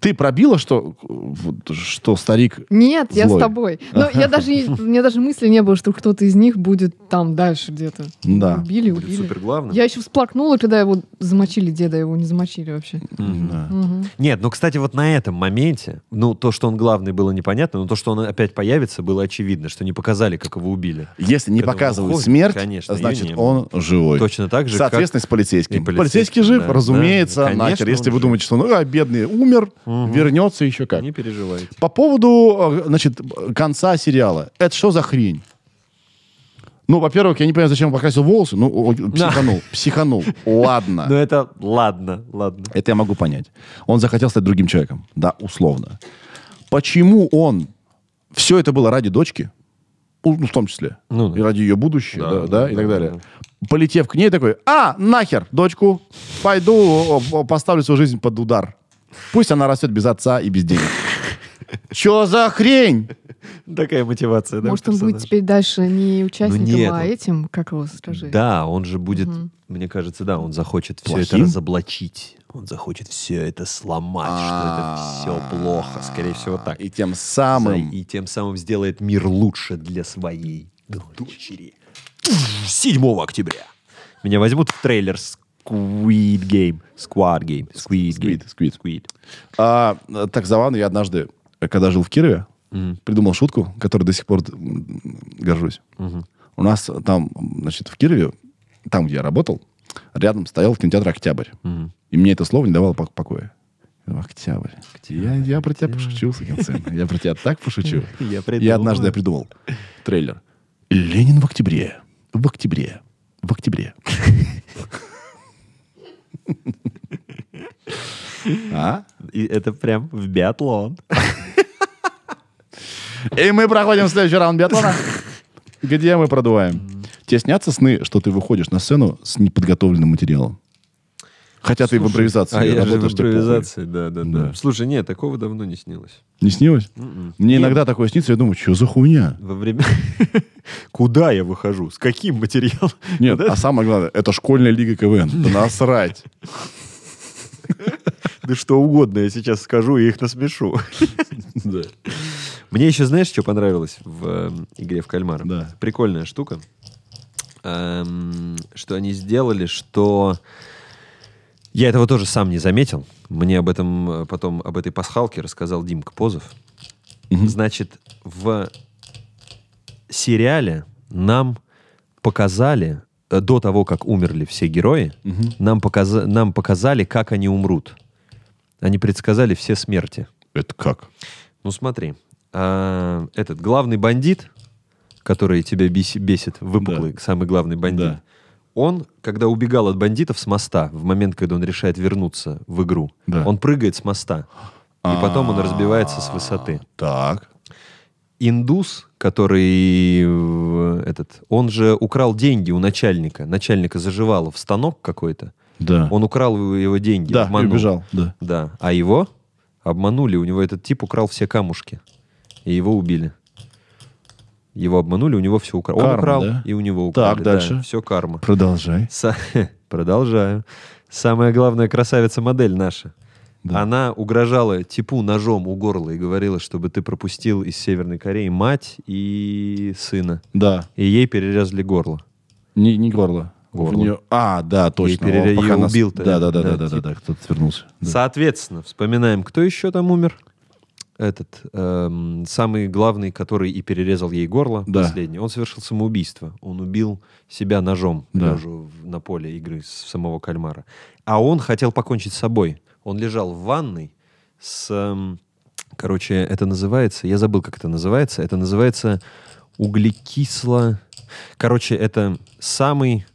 Ты пробила, что, э, вот, что старик...
Нет, я с
Злой.
тобой. Но я даже, и- у меня даже мысли не было, что кто-то из них будет там дальше где-то.
Да.
Убили,
Будет
убили.
супер главным.
Я еще всплакнула, когда его замочили, деда его не замочили вообще.
Да.
Мгм.
Нет, ну, кстати, вот на этом моменте, ну, то, что он главный, было непонятно, но то, что он опять появится, было очевидно, что не показали, как его убили.
Если не
Когда он
показывают
уходит,
смерть,
конечно, её
значит,
не
он живой.
Точно так же, как-
Соответственно, с полицейским.
и полицейский,
полицейский, жив,
да,
разумеется,
да, конечно,
нахер.
он
Если вы
жив.
думаете, что ну, а, бедный умер, вернется еще как.
Не переживайте.
По поводу, э, значит, конца сериала. Это что за хрень? Ну, во-первых, я не понимаю, зачем он покрасил волосы. Ну, о, психанул, психанул.
Но
Ладно.
Ну, это ладно, ладно.
Это я могу понять. Он захотел стать другим человеком. Да, условно. Почему он... Все это было ради дочки, ну, в том числе.
Ну да.
И ради ее будущего,
Да,
да,
да,
да, и
да,
так далее.
да.
Полетев к ней такой, а, нахер, дочку, пойду о, о, поставлю свою жизнь под удар. Пусть она растет без отца и без денег. Че за хрень?
Такая мотивация, да?
Может, он будет
персонажа?
теперь дальше
Ну
не участником,
нет,
а
он-
этим, как его скажи?
Да, он же будет, мне кажется, да, он захочет все это
Плохим?
разоблачить. Он захочет все это сломать, что это все плохо, скорее всего, так.
И тем самым...
И тем самым сделает мир лучше для своей дочери. 7 октября. Меня возьмут в трейлер Squid Game. Squad Game. Squid Game.
Squid, Squid. А, э, так забавно, я однажды когда жил в Кирове,
Мгм.
придумал шутку, которой до сих пор м, горжусь. У нас там, значит, в Кирове, там, где я работал, рядом стоял кинотеатр «Октябрь».
Мгм.
И мне это слово не давало пок- покоя. Я говорю, Октябрь. Я, я про тебя пошучу, Сакинсен. Я про тебя так пошучу.
Я
Я однажды придумал трейлер. Ленин в октябре. В октябре. В октябре. А?
И это прям в биатлон.
И мы проходим в следующий раунд биатлона, где мы продуваем. Тебе снятся сны, что ты выходишь на сцену с неподготовленным материалом? Хотя ты в импровизации
А я же в
работаешь, тебе похуй.
импровизации, да, да, да.
Да.
Слушай, нет, такого давно не снилось.
Не снилось?
М-м.
Мне иногда такое снится, я думаю, что за хуйня?
Во время... Куда я выхожу? С каким материалом?
Нет,
Вот это-
а самое главное, это школьная лига КВН. Да насрать.
Да что угодно я сейчас скажу и их насмешу.
Да.
Мне еще, знаешь, что понравилось в эм, игре в кальмара?
Да.
Прикольная штука. Эм, что они сделали, что... Я этого тоже сам не заметил. Мне об этом э, потом, об этой пасхалке рассказал Димка Позов. Значит, в сериале нам показали, э, до того, как умерли все герои, нам, показа- нам показали, как они умрут. Они предсказали все смерти.
Это как?
Ну смотри, а, этот главный бандит, который тебя бес- бесит, выпуклый, самый главный бандит,
Да.
он, когда убегал от бандитов с моста, в момент, когда он решает вернуться в игру,
Да.
он прыгает с моста, и потом он разбивается с высоты.
Так.
Индус, который э, этот, он же украл деньги у начальника, начальника заживало в станок какой-то,
Да.
он украл его деньги,
да,
обманул.
убежал. Да.
Да. А его обманули. У него этот тип украл все камушки. И его убили. Его обманули, у него все украл. Он
Карма,
украл,
да?
и у него украли.
Так, дальше.
все карма.
Продолжай.
Са- Продолжаю. Самая главная красавица-модель наша.
Да.
Она угрожала типу ножом у горла и говорила, чтобы ты пропустил из Северной Кореи мать и сына.
Да.
И ей перерезали горло.
Не, не горло.
Горло.
В неё- А, да, точно.
перер-
Он пока
её
нас-
убил-то,
Да, да, да,
да,
да,
типа.
да, да,
тип.
да, кто-то свернулся. Да.
Соответственно, вспоминаем, кто еще там умер. Этот эм, самый главный, который и перерезал ей горло,
Да.
последний. Он совершил самоубийство. Он убил себя ножом,
Да.
лежа в- на поле игры с- самого кальмара. А он хотел покончить с собой. Он лежал в ванной с, эм, короче, это называется, я забыл, как это называется. Это называется углекисло. Короче, это самый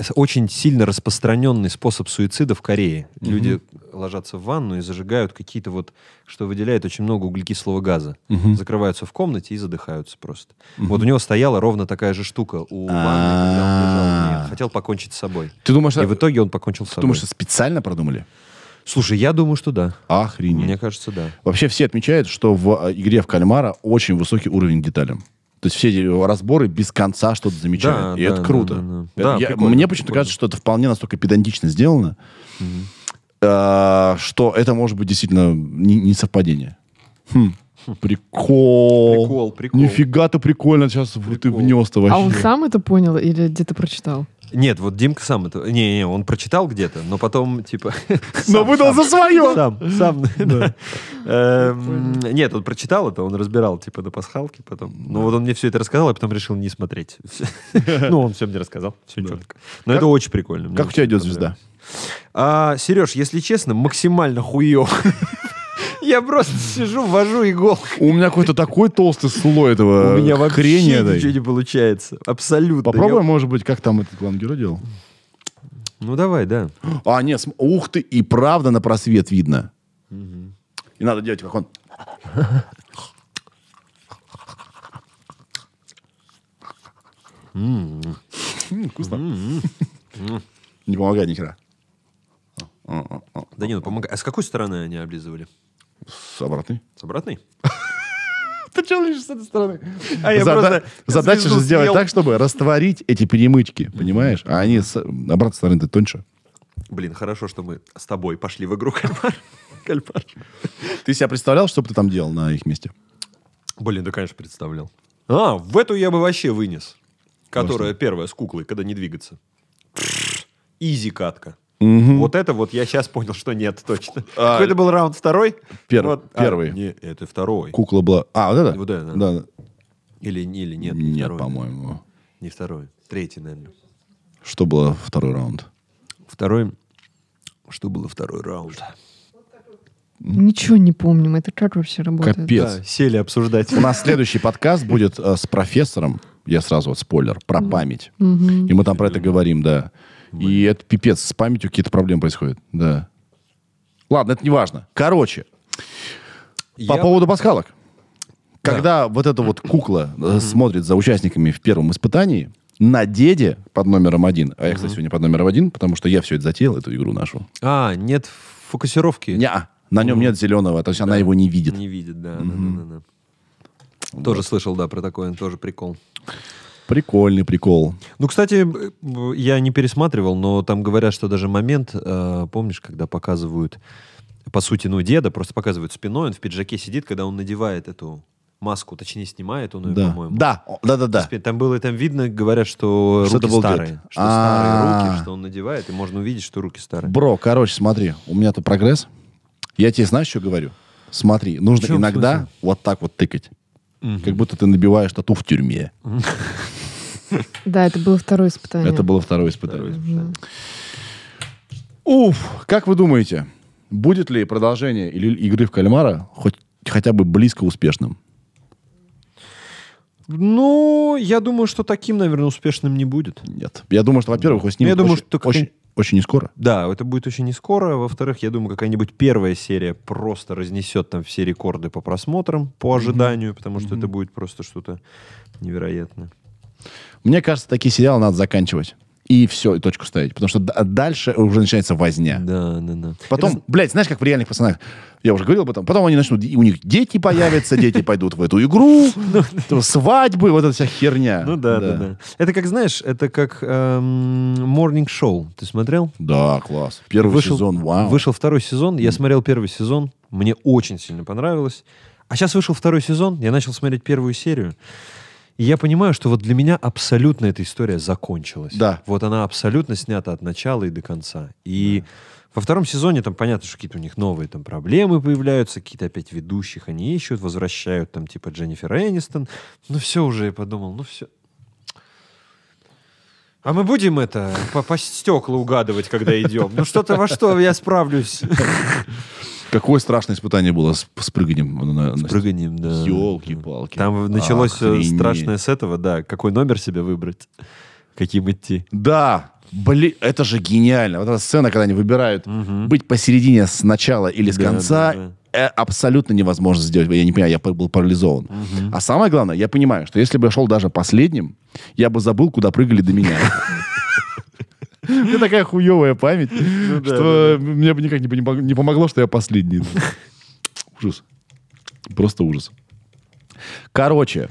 с- очень сильно распространенный способ суицида в Корее. Люди ложатся в ванну и зажигают какие-то вот, что выделяет очень много углекислого газа. Закрываются в комнате и задыхаются просто. Вот у него стояла ровно такая же штука у ванны, когда он лежал.
А.
Нет, хотел покончить с собой.
Ты думаешь,
И
а-
в итоге он покончил с
ты
собой.
думаешь, что специально продумали?
Слушай, я думаю, что да.
Охренеть.
Мне кажется, да.
Вообще все отмечают, что в э, игре в кальмара очень высокий уровень деталям. То есть все эти разборы без конца что-то замечают.
Да,
и
да,
это
да,
круто.
да, да.
Это
Да,
я-
прикольно,
мне почему-то
прикольно.
кажется, что это вполне настолько педантично сделано, э, что это может быть действительно не, не совпадение. Хм, Прикол.
Прикол, прикол.
Нифига ты прикольно сейчас в- ты
Прикол.
внес-то вообще.
А он сам это понял или где-то прочитал?
Нет, вот Димка сам это... Не-не, он прочитал где-то, но потом, типа...
Но
сам-
выдал
сам-
за свое.
Сам, сам. да. Эм, Нет, он прочитал это, он разбирал, типа, до пасхалки потом. Ну, вот он мне все это рассказал, а потом решил не смотреть. Ну, он все мне рассказал, все четко. Но это очень прикольно. мне
Как у тебя
очень
идет звезда?
понравилось. А, Сереж, если честно, максимально хуёво. Я просто сижу, вожу иголкой.
У меня какой-то такой толстый слой этого
У меня вообще
Э, хрени этой.
ничего не получается. Абсолютно.
Попробуй, а
Я-
может быть, как там этот главный герой делал?
Ну, давай, да.
А, нет, см- ух ты, и правда на просвет видно. И надо делать, как он. М, Вкусно. Не помогает ни хера. А,
Да не, ну помогай. А с какой стороны они облизывали?
С обратной.
С обратной?
Ты что лишь с этой стороны?
А я
Зада-
просто
Задача
звезду
же сделать
съел.
так, чтобы растворить эти перемычки, понимаешь? А они с обратной стороны-то тоньше.
Блин, хорошо, что мы с тобой пошли в игру кальмар. Кальмар.
Ты себя представлял, что бы ты там делал на их месте?
Блин, да, конечно, представлял. А, в эту я бы вообще вынес. Которая первая с куклой, когда не двигаться. Изи катка. Вот это вот я сейчас понял, что нет, точно.
А,
Какой это был раунд второй?
пер-
Вот, а,
первый.
не, это второй.
Кукла была... А, вот это?
Вот это, да.
да. да.
Или, или нет, не
Нет,
второй.
по-моему.
Не второй. Третий, наверное.
Что было второй раунд?
Второй. Что было второй раунд?
Ничего не помним. Это как вообще работает?
Капец.
Да, сели обсуждать.
У нас следующий подкаст будет э, с профессором. Я сразу вот спойлер. Про память.
Мгм.
И мы там про это говорим, да. И это пипец. С памятью какие-то проблемы происходят. Да. Ладно, это не важно. Короче, По
Я-
поводу пасхалок. Когда вот эта вот кукла э, смотрит за участниками в первом испытании, на деде под номером один, а я, кстати, сегодня под номером один, потому что я все это затеял, эту игру нашу.
А, нет фокусировки.
Неа, а, на нем нет зеленого, то есть она его не видит.
Не видит, да. да, да, да, да. Тоже слышал, да, про такое, тоже прикол.
Прикольный прикол.
Ну, кстати, э, я не пересматривал, но там говорят, что даже момент, э, помнишь, когда показывают, по сути, ну, деда, просто показывают спиной, он в пиджаке сидит, когда он надевает эту маску, точнее, снимает он ее,
Да.
по-моему.
да, да, да, да.
Спи- Там было, там видно, говорят, что
Что это
руки
был дед.
старые. Что
А.
старые руки, что он надевает, и можно увидеть, что руки старые.
Бро, короче, смотри, у меня-то прогресс. Я тебе знаешь, что говорю? Смотри,
В
нужно
чем
иногда
смысл?
вот так вот тыкать. Как будто ты набиваешь тату в тюрьме.
Да, это было второе испытание.
Это было второе испытание. Уф, как вы думаете, будет ли продолжение или игры в кальмара хоть хотя бы близко успешным?
Ну, я думаю, что таким, наверное, успешным не будет.
Нет. Я думаю, что, во-первых, его снимут
Ну, Я думаю,
очень,
что
очень,
какой-
очень не скоро.
Да, это будет очень не скоро. Во-вторых, я думаю, какая-нибудь первая серия просто разнесет там все рекорды по просмотрам, по ожиданию, потому что это будет просто что-то невероятное.
Мне кажется, такие сериалы надо заканчивать. И все, и точку ставить. Потому что д- а дальше уже начинается возня.
Да, да, да.
Потом, блядь, знаешь, как в реальных пацанах, я уже говорил об этом, потом они начнут, и у них дети появятся, дети пойдут в эту игру, то свадьбы, вот эта вся херня.
Ну да, да, да. Это как, знаешь, это как эм, Morning Show. Ты смотрел?
Да, класс. Первый сезон, вау.
Вышел второй сезон. Я смотрел первый сезон. Мне очень сильно понравилось. А сейчас вышел второй сезон. Я начал смотреть первую серию. И я понимаю, что вот для меня абсолютно эта история закончилась.
Да.
Вот она абсолютно снята от начала и до конца. И во втором сезоне там понятно, что какие-то у них новые там проблемы появляются, какие-то опять ведущих они ищут, возвращают там типа Дженнифер Энистон. Ну все уже, я подумал, ну все. А мы будем это по, по стекла угадывать, когда идем? Ну что-то во что я справлюсь.
Какое страшное испытание было с, с прыганием на, на-
Прыганием, да.
Э, Ёлки-палки.
Там началось э,
Охренеть.
страшное с этого, да. Какой номер себе выбрать, каким идти.
Да, блин, это же гениально. Вот эта сцена, когда они выбирают быть посередине с начала или с
Да,
конца,
да,
э, абсолютно невозможно сделать. Я не понимаю, я был парализован. А самое главное, я понимаю, что если бы я шел даже последним, я бы забыл, куда прыгали до меня. У меня такая хуевая память,
Ну да,
что мне бы никак не поним- не помогло, что я последний. Ужас. Просто ужас. Короче,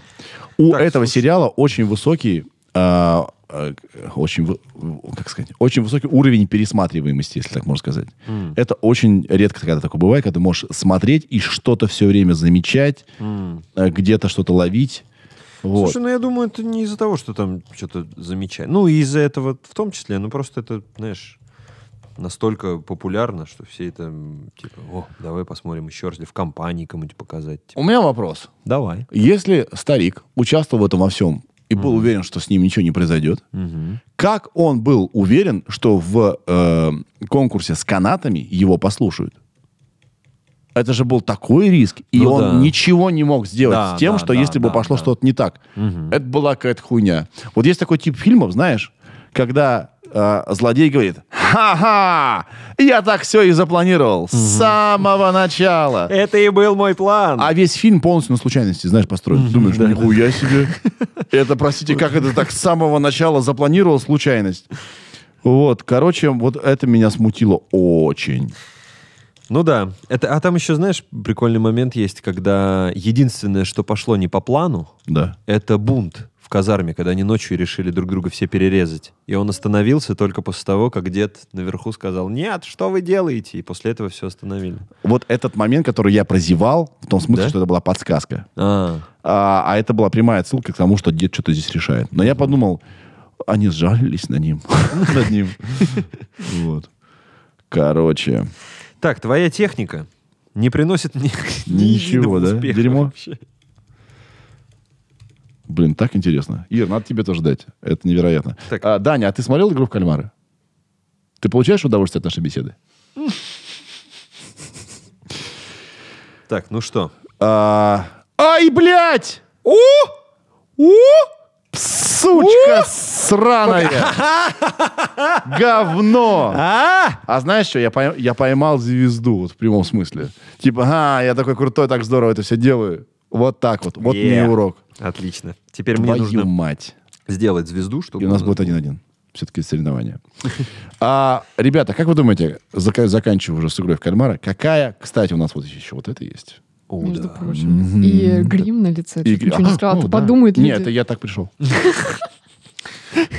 у
Так,
этого
слушай.
сериала очень высокий, а, а, очень, вы- в- как сказать, очень высокий уровень пересматриваемости, если так можно сказать. Это очень редко, когда такое бывает, когда ты можешь смотреть и что-то все время замечать, э, где-то что-то ловить. Вот.
Слушай, ну я думаю, это не из-за того, что там что-то замечать. Ну и из-за этого в том числе, ну просто это, знаешь, настолько популярно, что все это, м, типа, о, давай посмотрим еще раз, или в компании кому-нибудь показать. Типа,
ну, У меня вопрос.
давай.
Если старик участвовал в этом во всем и был уверен, что с ним ничего не произойдет, как он был уверен, что в э, конкурсе с канатами его послушают? Это же был такой риск, и
Ну
он
да.
ничего не мог сделать
Да,
с тем,
да,
что
да,
если бы
да,
пошло
да.
что-то не так. Это была какая-то хуйня. Вот есть такой тип фильмов, знаешь, когда э, злодей говорит, ха-ха, я так все и запланировал с самого начала.
Это и был мой план.
А весь фильм полностью на случайности, знаешь, построен. Ты Думаешь, нихуя себе. Это, простите, как это так с самого начала запланировал случайность? Вот, короче, вот это меня смутило очень.
Ну да. Это, а там еще, знаешь, прикольный момент есть, когда единственное, что пошло не по плану,
Да.
это бунт в казарме, когда они ночью решили друг друга все перерезать. И он остановился только после того, как дед наверху сказал «Нет, что вы делаете?» И после этого все остановили.
Вот этот момент, который я прозевал, в том смысле,
Да?
что это была подсказка.
А,
А, а это была прямая отсылка к тому, что дед что-то здесь решает. Но я подумал, они сжалились на ним. Над ним. Вот. Короче,
Так, твоя техника не приносит ни, ни
Ничего,
единого
да?
успеха
Дерьмо?
вообще.
блин, так интересно. Ир, надо тебе тоже дать. Это невероятно.
Так.
А, Даня, а ты смотрел «Игру в кальмары»? Ты получаешь удовольствие от нашей беседы?
Так, ну что?
А... Ай, блядь!
О! О!
Сучка сраная! Говно!
А!
А знаешь что, я, пойм- я поймал звезду, вот в прямом смысле. Типа, ага, я такой крутой, так здорово это все делаю. Вот так вот, вот
Е.
мне и урок.
Отлично. Теперь мне
Твою
нужно
мать.
сделать звезду, чтобы...
И у нас
он-
будет один-один. Все-таки соревнования. А, ребята, как вы думаете, зака- заканчивая уже с игрой в кальмара, какая, кстати, у нас вот еще вот это есть?
О,
между
да.
прочим. И грим на лице. чуть
Игорь-
Ничего не
А,
сказал.
ну
Ты
да.
подумает
Нет,
люди.
это я так пришел.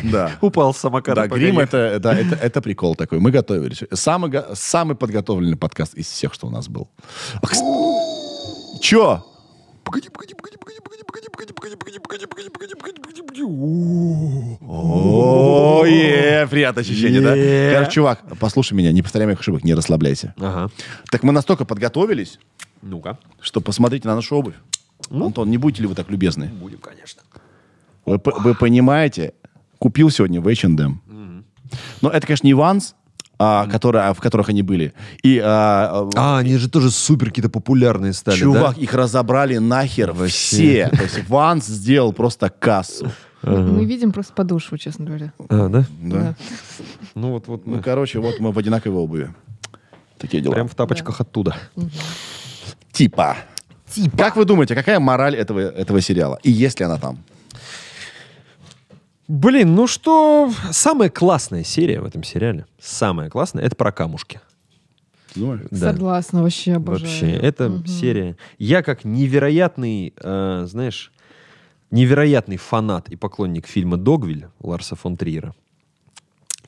Да.
Упал с самоката.
Да, грим
погоди.
это, это, это, это прикол такой. Мы готовились. Самый, го- самый подготовленный подкаст из всех, что у нас был. Ах, с- Чё?
Погоди, погоди, погоди, погоди, погоди, погоди, погоди, погоди, погоди, погоди, погоди, погоди, погоди, погоди, погоди. О.
О, е, приятное ощущение, да?
Е.
Короче, чувак, послушай меня, не повторяй моих ошибок, не расслабляйся.
Ага.
Так мы настолько подготовились,
Ну-ка.
что посмотрите на нашу обувь. Антон, не будете ли вы так любезны?
Будем, конечно.
Вы, п- вы понимаете, купил сегодня в H&M. Но это, конечно, не Ванс, а, которые- в которых они были. И а,
А, они же тоже супер какие-то популярные стали,
Чувак, их разобрали нахер все. То есть Ванс сделал просто кассу.
Мы видим просто подошву, честно говоря.
да? А, да?
Да.
Ну вот, вот
Ну,
мы
короче, вот мы в одинаковой обуви. Такие дела.
прям в тапочках оттуда.
типа. Как вы думаете, какая мораль этого, этого сериала? И есть ли она там?
Блин, ну что... Самая классная серия в этом сериале, самая классная, это про камушки.
Думаешь?
Да.
Согласна, вообще обожаю.
Вообще, это серия. Я как невероятный, э, знаешь, невероятный фанат и поклонник фильма «Догвиль» Ларса фон Триера.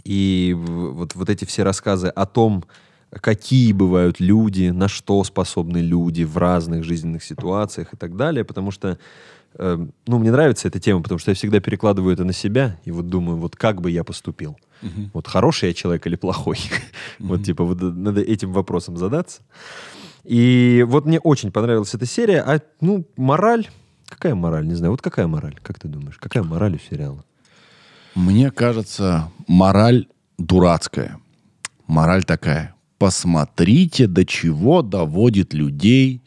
И в- вот, вот эти все рассказы о том, какие бывают люди, на что способны люди в разных жизненных ситуациях и так далее, потому что э, ну, мне нравится эта тема, потому что я всегда перекладываю это на себя и вот думаю, вот как бы я поступил. Вот хороший я человек или плохой? Вот типа вот надо этим вопросом задаться. И вот мне очень понравилась эта серия. А, ну, мораль... Какая мораль? Не знаю. Вот какая мораль? Как ты думаешь? Какая мораль у сериала?
Мне кажется, мораль дурацкая. Мораль такая. Посмотрите, до чего доводит людей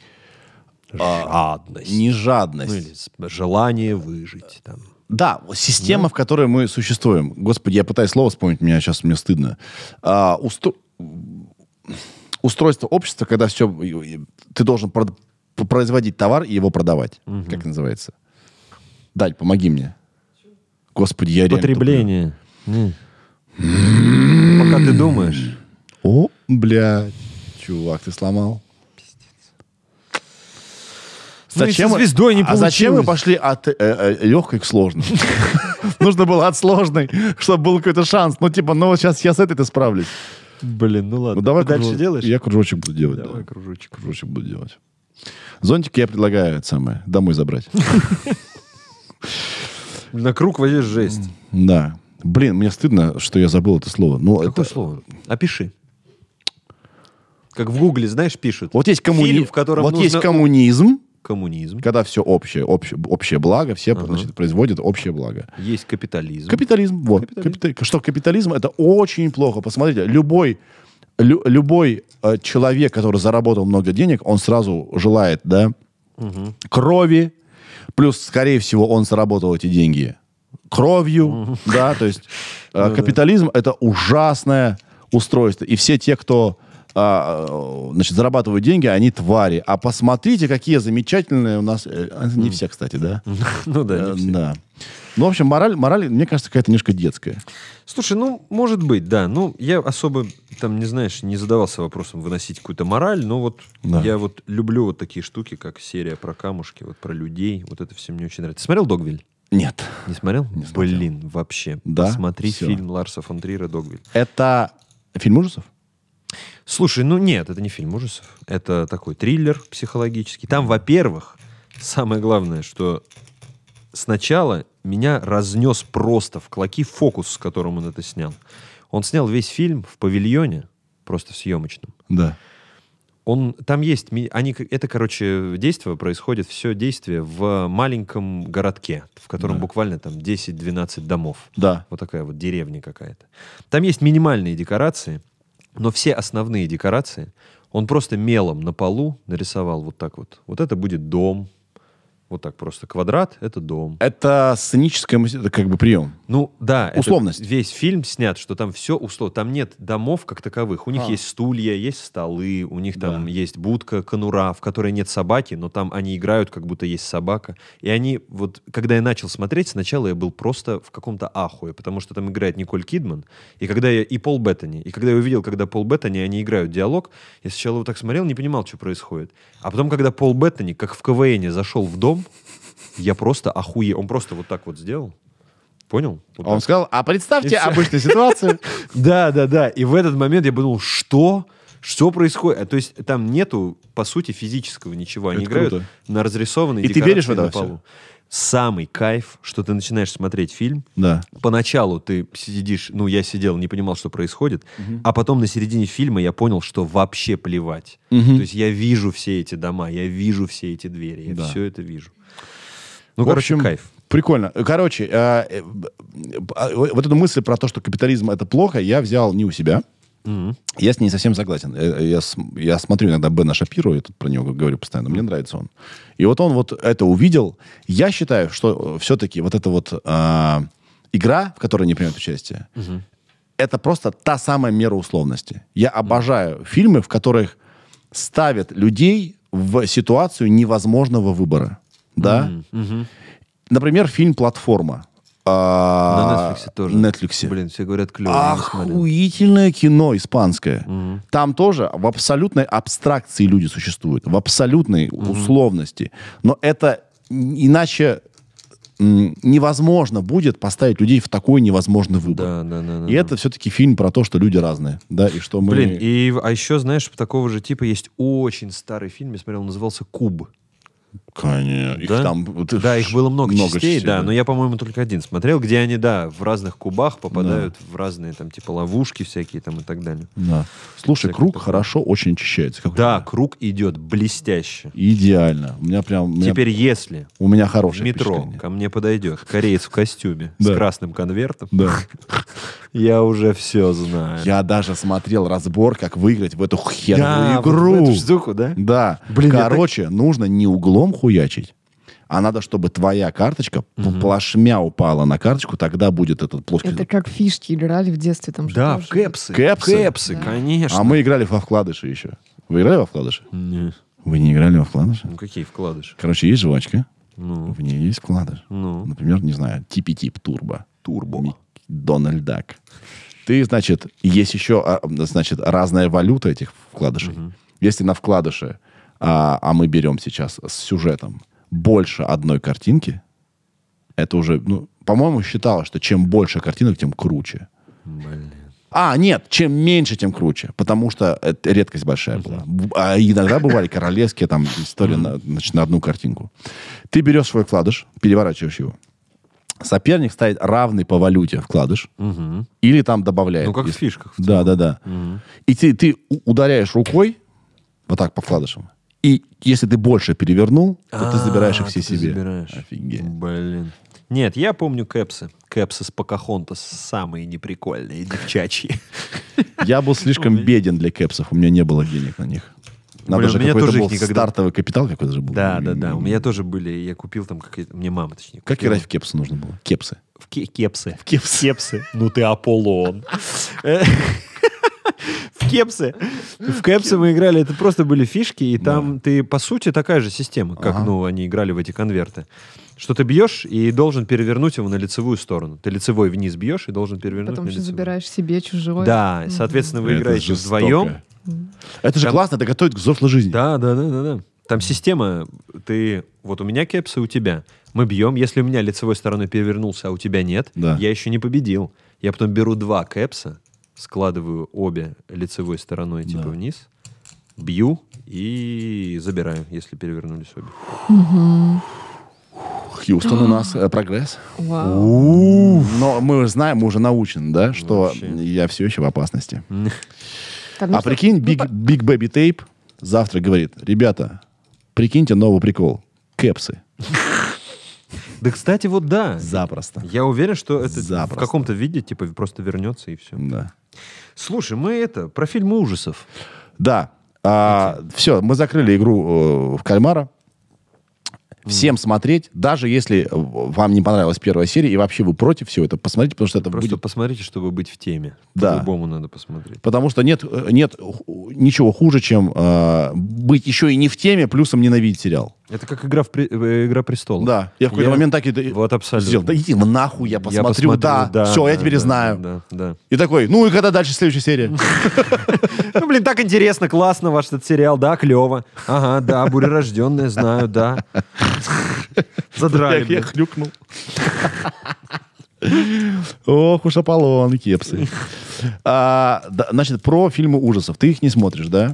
Жадность.
А, не
Ну,
жадность.
или с- желание выжить. Там.
Да, система, в которой мы существуем. Господи, я пытаюсь слово вспомнить, меня сейчас мне стыдно. А, устро- Устройство общества, когда все, ты должен прод- производить товар и его продавать. Как это называется? Даль, помоги мне. Господи, я реально
Потребление. Не. Пока ты думаешь.
туплю. О, блядь, чувак, ты сломал.
Ну, и со звездой не
а зачем мы
получилось.
пошли от легкой к сложной? Нужно было от сложной, чтобы был какой-то шанс. Ну, типа, ну, сейчас я с этой-то справлюсь.
Блин, ну
Ну,
ладно.
давай
Ты дальше
кружок.
делаешь?
Я кружочек буду делать.
Давай
да.
кружочек.
Кружочек буду делать. Зонтик я предлагаю это самое, домой забрать.
На круг вообще жесть.
Да. Блин, мне стыдно, что я забыл это слово. Ну,
Какое
это...
слово? Опиши. Как в гугле, знаешь, пишут.
Вот есть
Фильм,
коммунизм,
в котором
вот есть
нужно-
коммунизм,
Коммунизм.
когда все общее, общее, общее благо, все значит, производят общее благо.
Есть капитализм.
Капитализм, вот.
Капитализм.
Капита- Что капитализм это очень плохо. Посмотрите, любой лю- любой э, человек, который заработал много денег, он сразу желает, да, крови. Плюс, скорее всего, он заработал эти деньги кровью, да. То есть э, капитализм это ужасное устройство. И все те, кто а, э, значит, зарабатывают деньги, они твари. А посмотрите, какие замечательные у нас... э, Не все, кстати, да?
Ну да, не
Э,
все.
Да. Ну, в общем, мораль, мораль, мне кажется, какая-то немножко детская.
Слушай, ну, может быть, да. Ну, я особо, там, не знаешь, не задавался вопросом выносить какую-то мораль, но вот
Да.
я вот люблю вот такие штуки, как серия про камушки, вот про людей. Вот это все мне очень нравится. Ты смотрел «Догвиль»?
Нет.
Не смотрел?
смотрел.
Блин, вообще.
Да?
Посмотри
Всё.
фильм Ларса фон Триера «Догвиль».
Это фильм ужасов?
Слушай, ну нет, это не фильм ужасов. Это такой триллер психологический. Там, во-первых, самое главное, что сначала меня разнес просто в клоки фокус, с которым он это снял. Он снял весь фильм в павильоне, просто в съемочном.
Да.
Он, там есть, ми- они, к- это, короче, действие происходит, все действие в маленьком городке, в котором
Да.
буквально там 10-12 домов.
Да.
Вот такая вот деревня какая-то. Там есть минимальные декорации, но все основные декорации он просто мелом на полу нарисовал вот так вот. Вот это будет дом. Вот так просто. Квадрат — это дом.
Это сценическое мас- это как бы прием.
Ну, да. это
Условность.
весь фильм снят, что там все условно. Там нет домов как таковых. У них
А.
есть стулья, есть столы, у них там
Да.
есть будка, конура, в которой нет собаки, но там они играют, как будто есть собака. И они, вот, когда я начал смотреть, сначала я был просто в каком-то ахуе, потому что там играет Николь Кидман, и когда я, и Пол Беттани, и когда я увидел, когда Пол Беттани, они играют диалог, я сначала вот так смотрел, не понимал, что происходит. А потом, когда Пол Беттани, как в КВНе, зашел в дом, я просто охуел. Он просто вот так вот сделал. Понял? Вот
А он
так.
сказал, а
И
представьте
всё.
обычную ситуацию.
Да, да, да. И в этот момент я подумал, что? Что происходит? А То есть там нету, по сути, физического ничего. Они
Это
играют
круто.
на разрисованные
И ты веришь в
декорации
это
на
всё?
полу. Самый кайф, что ты начинаешь смотреть фильм,
Да.
Поначалу ты сидишь, ну, я сидел, не понимал, что происходит, а потом на середине фильма я понял, что вообще плевать.
Мгм.
То есть я вижу все эти дома, я вижу все эти двери, я
Да.
все это вижу. Ну,
В
короче,
общем,
кайф.
Прикольно. Короче, э, э, б- а, вот вот эту мысль про то, что капитализм это плохо, я взял не у себя.
Мгм.
Я с ней не совсем согласен. Э, э, Я, см- я смотрю иногда Бена Шапиру, я тут про него говорю постоянно, мне нравится он. И вот он вот это увидел. Я считаю, что все-таки вот эта вот а, игра, в которой не принимают участие, это просто та самая мера условности. Я обожаю фильмы, в которых ставят людей в ситуацию невозможного выбора. Да?
Мгм.
Например, фильм «Платформа».
На
На
Netflix тоже.
а, Netflix.
Блин, все говорят, клево.
Охуительное кино испанское. Там тоже в абсолютной абстракции люди существуют, в абсолютной условности. Но это н- иначе м, невозможно будет поставить людей в такой невозможный выбор.
Да, да, да. да,
И
да.
это все-таки фильм про то, что люди разные, да, и что мы...
Блин, и, в- а еще, знаешь, такого же типа есть очень старый фильм, я смотрел, он назывался «Куб».
Конечно, их
Да?
там... вот,
Да, их было много, частей,
частей,
да, но я, по-моему, только один смотрел, где они, да, в разных кубах попадают в разные там типа ловушки всякие там и так далее.
Да. Слушай,
Всякое
круг
такое.
хорошо очень очищается. Как у
Да,
тебя?
круг идет блестяще.
Идеально. У меня прям... у меня-
Теперь, если
У меня
в
хорошее
метро
впечатление.
ко мне подойдет кореец в костюме с
Да.
красным конвертом,
Да.
я уже все знаю.
Я даже смотрел разбор, как выиграть в эту херную
Да, вот в
игру.
эту штуку, да?
Да.
Блин, я
Короче, нужно не углом хуячить, а надо, чтобы твоя карточка плашмя упала на карточку, тогда будет этот плоский...
Это как фишки играли в детстве. Там же
Да,
тоже.
в кэпсы.
Кэпсы?
Кэпсы,
Да.
конечно.
А мы играли во вкладыши еще. Вы играли во вкладыши?
Не.
Вы не играли во вкладыши?
Ну какие вкладыши?
Короче, есть жвачка,
Ну,
в ней есть вкладыш.
ну.
Например, не знаю, типи-тип турбо. Турбо. Дональд Дак. Ты, значит, есть еще, а, значит, разная валюта этих вкладышей. Если на вкладыше, а, а мы берем сейчас с сюжетом, больше одной картинки, это уже, ну, по-моему, считалось, что чем больше картинок, тем круче. А, нет, чем меньше, тем круче, потому что это редкость
Ну
большая была. Б- А иногда бывали королевские там истории на, значит, на одну картинку. Ты берешь свой вкладыш, переворачиваешь его. Соперник ставит равный по валюте вкладыш
Мгм.
или там добавляет.
Ну, как в
если-
фишках. в
Да, да, да. И ты, ты у- ударяешь рукой вот так по вкладышам. И если ты больше перевернул, то ты забираешь их
А,
все
то ты
себе.
забираешь.
Офигеть.
Блин. Нет, я помню кэпсы. Кэпсы с Покахонтас самые неприкольные девчачьи.
Я был слишком беден для кэпсов, у меня не было денег на них. Надо
Блин,
же
у меня
какой-то
тоже их
был
никогда-
стартовый капитал какой-то же был.
Да, да, да. У меня тоже были. Я купил там какие-то... Мне мама, точнее.
Как
купила.
играть в кепсы нужно было? Кепсы.
В ке- кепсы. В
кепсы.
кепсы. Ну ты Аполлон. Э, В кепсы. В кепсы мы играли. Это просто были фишки. И там ты, по сути, такая же система, как,
Ага.
ну, они играли в эти конверты. Что ты бьешь и должен перевернуть его на лицевую сторону. Ты лицевой вниз бьешь и должен перевернуть
Потом
на
еще
лицевую.
забираешь себе чужое.
Да, соответственно, вы
Это
играете
жестоко.
вдвоем.
Это же классно, это готовит к взрослой жизни.
Да, да, да, да, да. Там система, ты, вот у меня кепсы, у тебя. Мы бьем, если у меня лицевой стороной перевернулся, а у тебя нет,
Да.
я еще не победил. Я потом беру два кепса, складываю обе лицевой стороной, типа
Да.
вниз, бью и забираю, если перевернулись обе.
Хьюстон у нас э, прогресс.
Вау.
Но мы уже знаем, мы уже научены, да, что
Вообще. Ну,
я все еще в опасности.
Там
А
есть-
прикинь, Биг, Биг Бэби Тейп завтра говорит, ребята, прикиньте новый прикол. Кэпсы.
Да, кстати, вот да.
Запросто.
Я уверен, что это в
Запросто.
каком-то виде, типа, просто вернется и все.
Да.
Слушай, мы это, про фильмы ужасов.
Да. все, мы закрыли игру э, в кальмара. Всем смотреть, даже если э, вам не понравилась первая серия и вообще вы против всего этого, посмотрите, потому что это
Просто
будет...
посмотрите, чтобы быть в теме.
Да.
По-любому надо посмотреть.
Потому что нет, э, нет ху- ничего хуже, чем э, быть еще и не в теме, плюсом ненавидеть сериал.
Это как игра, в, пре- э, игра престолов.
Да. Я в какой-то момент так и д-
Вот абсолютно.
сделал. Да иди вы нахуй, я
Я
посмотрю,
посмотрю,
да, все, я
да,
теперь
да,
знаю.
Да, да.
И такой, ну и когда дальше следующая серия?
Ну, блин, так интересно, классно ваш этот сериал, да, клево. Ага, да, бурерожденная, знаю, да. Задрали.
Я
блин.
хрюкнул. Ох уж Аполлон, кепсы. А, да, Значит, про фильмы ужасов. Ты их не смотришь, да?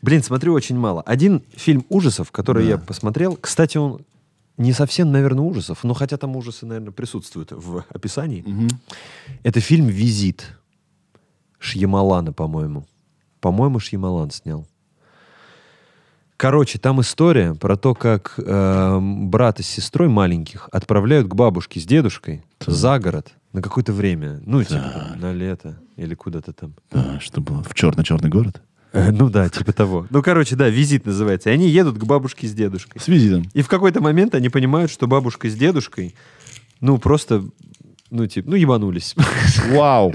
Блин, смотрю очень мало. Один фильм ужасов, который я посмотрел, кстати, он не совсем, наверное, ужасов, но хотя там ужасы, наверное, присутствуют в описании. Это фильм «Визит» Шьямалана, по-моему. По-моему, Шьямалан снял. Короче, там история про то, как эм, брата с сестрой маленьких отправляют к бабушке с дедушкой за город на какое-то время. Ну, типа, там, на лето или куда-то там.
Да, что было? В черный-черный город?
Э, Ну да, типа того. Ну, короче, да, визит называется. И они едут к бабушке с дедушкой.
С визитом.
И в какой-то момент они понимают, что бабушка с дедушкой, ну, просто, ну, типа, ну, ебанулись.
Вау.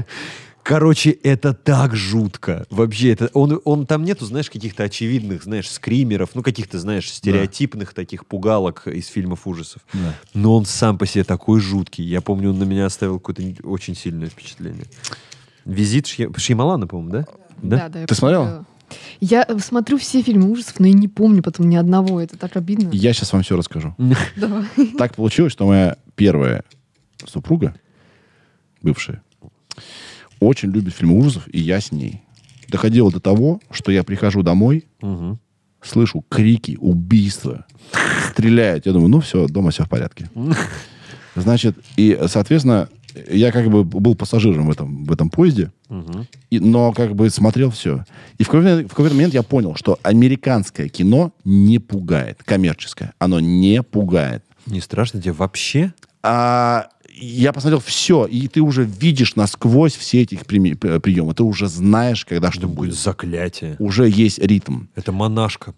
Короче, это так жутко. Вообще, это он, он там нету, знаешь, каких-то очевидных, знаешь, скримеров, ну каких-то, знаешь, стереотипных таких пугалок из фильмов ужасов.
Да.
Но он сам по себе такой жуткий. Я помню, он на меня оставил какое-то н- очень сильное впечатление. Визит Шья- Шьямалана, по-моему, да?
Да, да. я
Ты смотрела?
посмотрела. Я э, смотрю все фильмы ужасов, но я не помню потом ни одного. Это так обидно.
Я сейчас вам все расскажу.
Давай.
Так получилось, что моя первая супруга, бывшая, очень любит фильмы ужасов, и я с ней. Доходило до того, что я прихожу домой,
Мгм.
слышу крики, убийства, стреляют. Я думаю, ну все, дома все в порядке. Значит, и, соответственно, я как бы был пассажиром в этом, в этом поезде, и, но как бы смотрел все. И в какой-то, в какой-то момент я понял, что американское кино не пугает, коммерческое. Оно не пугает.
Не страшно тебе вообще?
А, я посмотрел все, и ты уже видишь насквозь все эти приемы. Ты уже знаешь, когда что
Будет
будет.
заклятие.
Уже есть ритм.
Это монашка.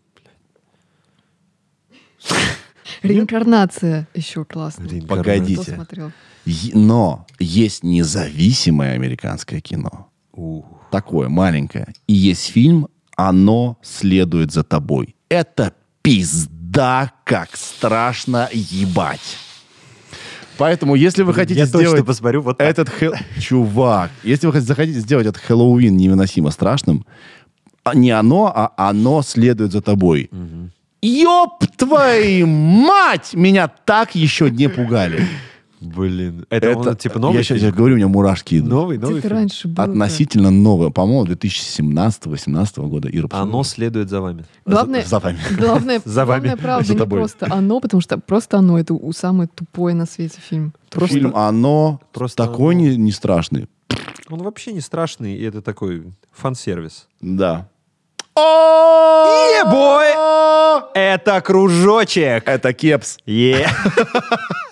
Реинкарнация еще классно.
Погоди.
Кто
Идите.
смотрел?
Е- Но есть независимое американское кино.
У.
Такое маленькое. И есть фильм «Оно следует за тобой». Это пизда, как страшно ебать. Поэтому, если вы хотите
Я точно
сделать
посмотрю вот так.
этот хэ- чувак, если вы хот- захотите сделать этот Хэллоуин невыносимо страшным, а не оно, а оно следует за тобой. Ёб твою мать! Меня так еще не пугали.
Блин. Это, он, типа новый?
Я сейчас
фильм?
говорю, у меня мурашки идут.
Новый,
Где
новый.
ты
фильм?
Типа, раньше был?
Относительно новое, по-моему, 2017-18 года. Ира, посмотри.
Оно следует за вами.
Главное,
За- за вами.
главное,
За вами.
главное, правда,
За
не
тобой.
просто оно, потому что просто оно это у- самый тупой на свете фильм.
Просто
Фильм «Оно»
просто
такой
«Оно».
Не, не страшный.
он вообще не страшный, и это такой фан-сервис.
Да.
Ебой! Это кружочек!
Это кепс.
Е.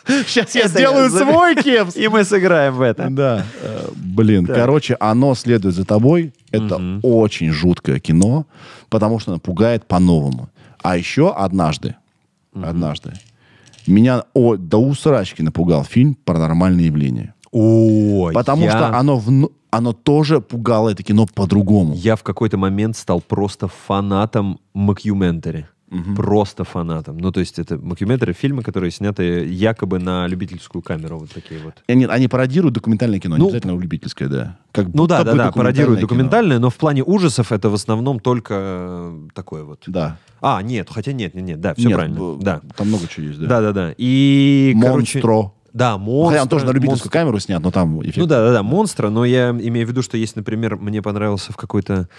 Сейчас я
Это
сделаю
я за-
свой кепс.
И мы сыграем в это.
Да. э, Блин,
Так.
короче, «Оно следует за тобой». Это очень жуткое кино, потому что оно пугает по-новому. А еще однажды, однажды, меня о, до усрачки напугал фильм «Паранормальные явления».
Ой,
Потому
я-
что оно, вну- оно тоже пугало это кино по-другому.
Я в какой-то момент стал просто фанатом Макюментари. Просто фанатом. Ну, то есть это Макюментари фильмы, которые сняты якобы на любительскую камеру. Вот такие вот.
И Они, они пародируют документальное кино, не
Ну,
обязательно любительское, да. Как
Ну
будто
да,
бы
да, да,
документальное
пародирует
кино.
документальное, но в плане ужасов это в основном только э, такое вот.
Да.
А, нет, хотя нет, нет, нет, да, все
Нет,
правильно.
б-
Да.
Там много чего есть, да.
да, да, да. И, короче...
Монстро.
Да, монстр.
Хотя он тоже на любительскую камеру снят, но там эффект.
Ну да, да, да, монстра, но я имею в виду, что есть, например, мне понравился в какое-то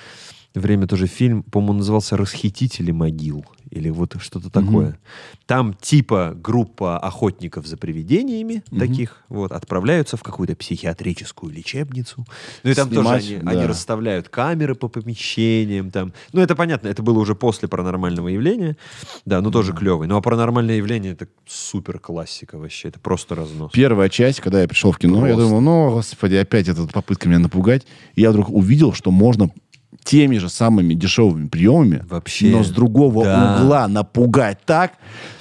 время тоже фильм, по-моему, он назывался «Расхитители могил» или вот что-то такое. Там типа группа охотников за привидениями таких вот отправляются в какую-то психиатрическую лечебницу. Ну и там
Снимать,
тоже они,
да.
они расставляют камеры по помещениям там. Ну это понятно, это было уже после паранормального явления. Да, ну тоже клевый. Ну а паранормальное явление это супер классика вообще, это просто разнос.
Первая часть, когда я пришел в кино, я
Просто.
думал, ну, господи, опять эта попытка меня напугать. И я вдруг увидел, что можно теми же самыми дешевыми приемами,
Вообще.
но с другого
Да.
угла напугать так.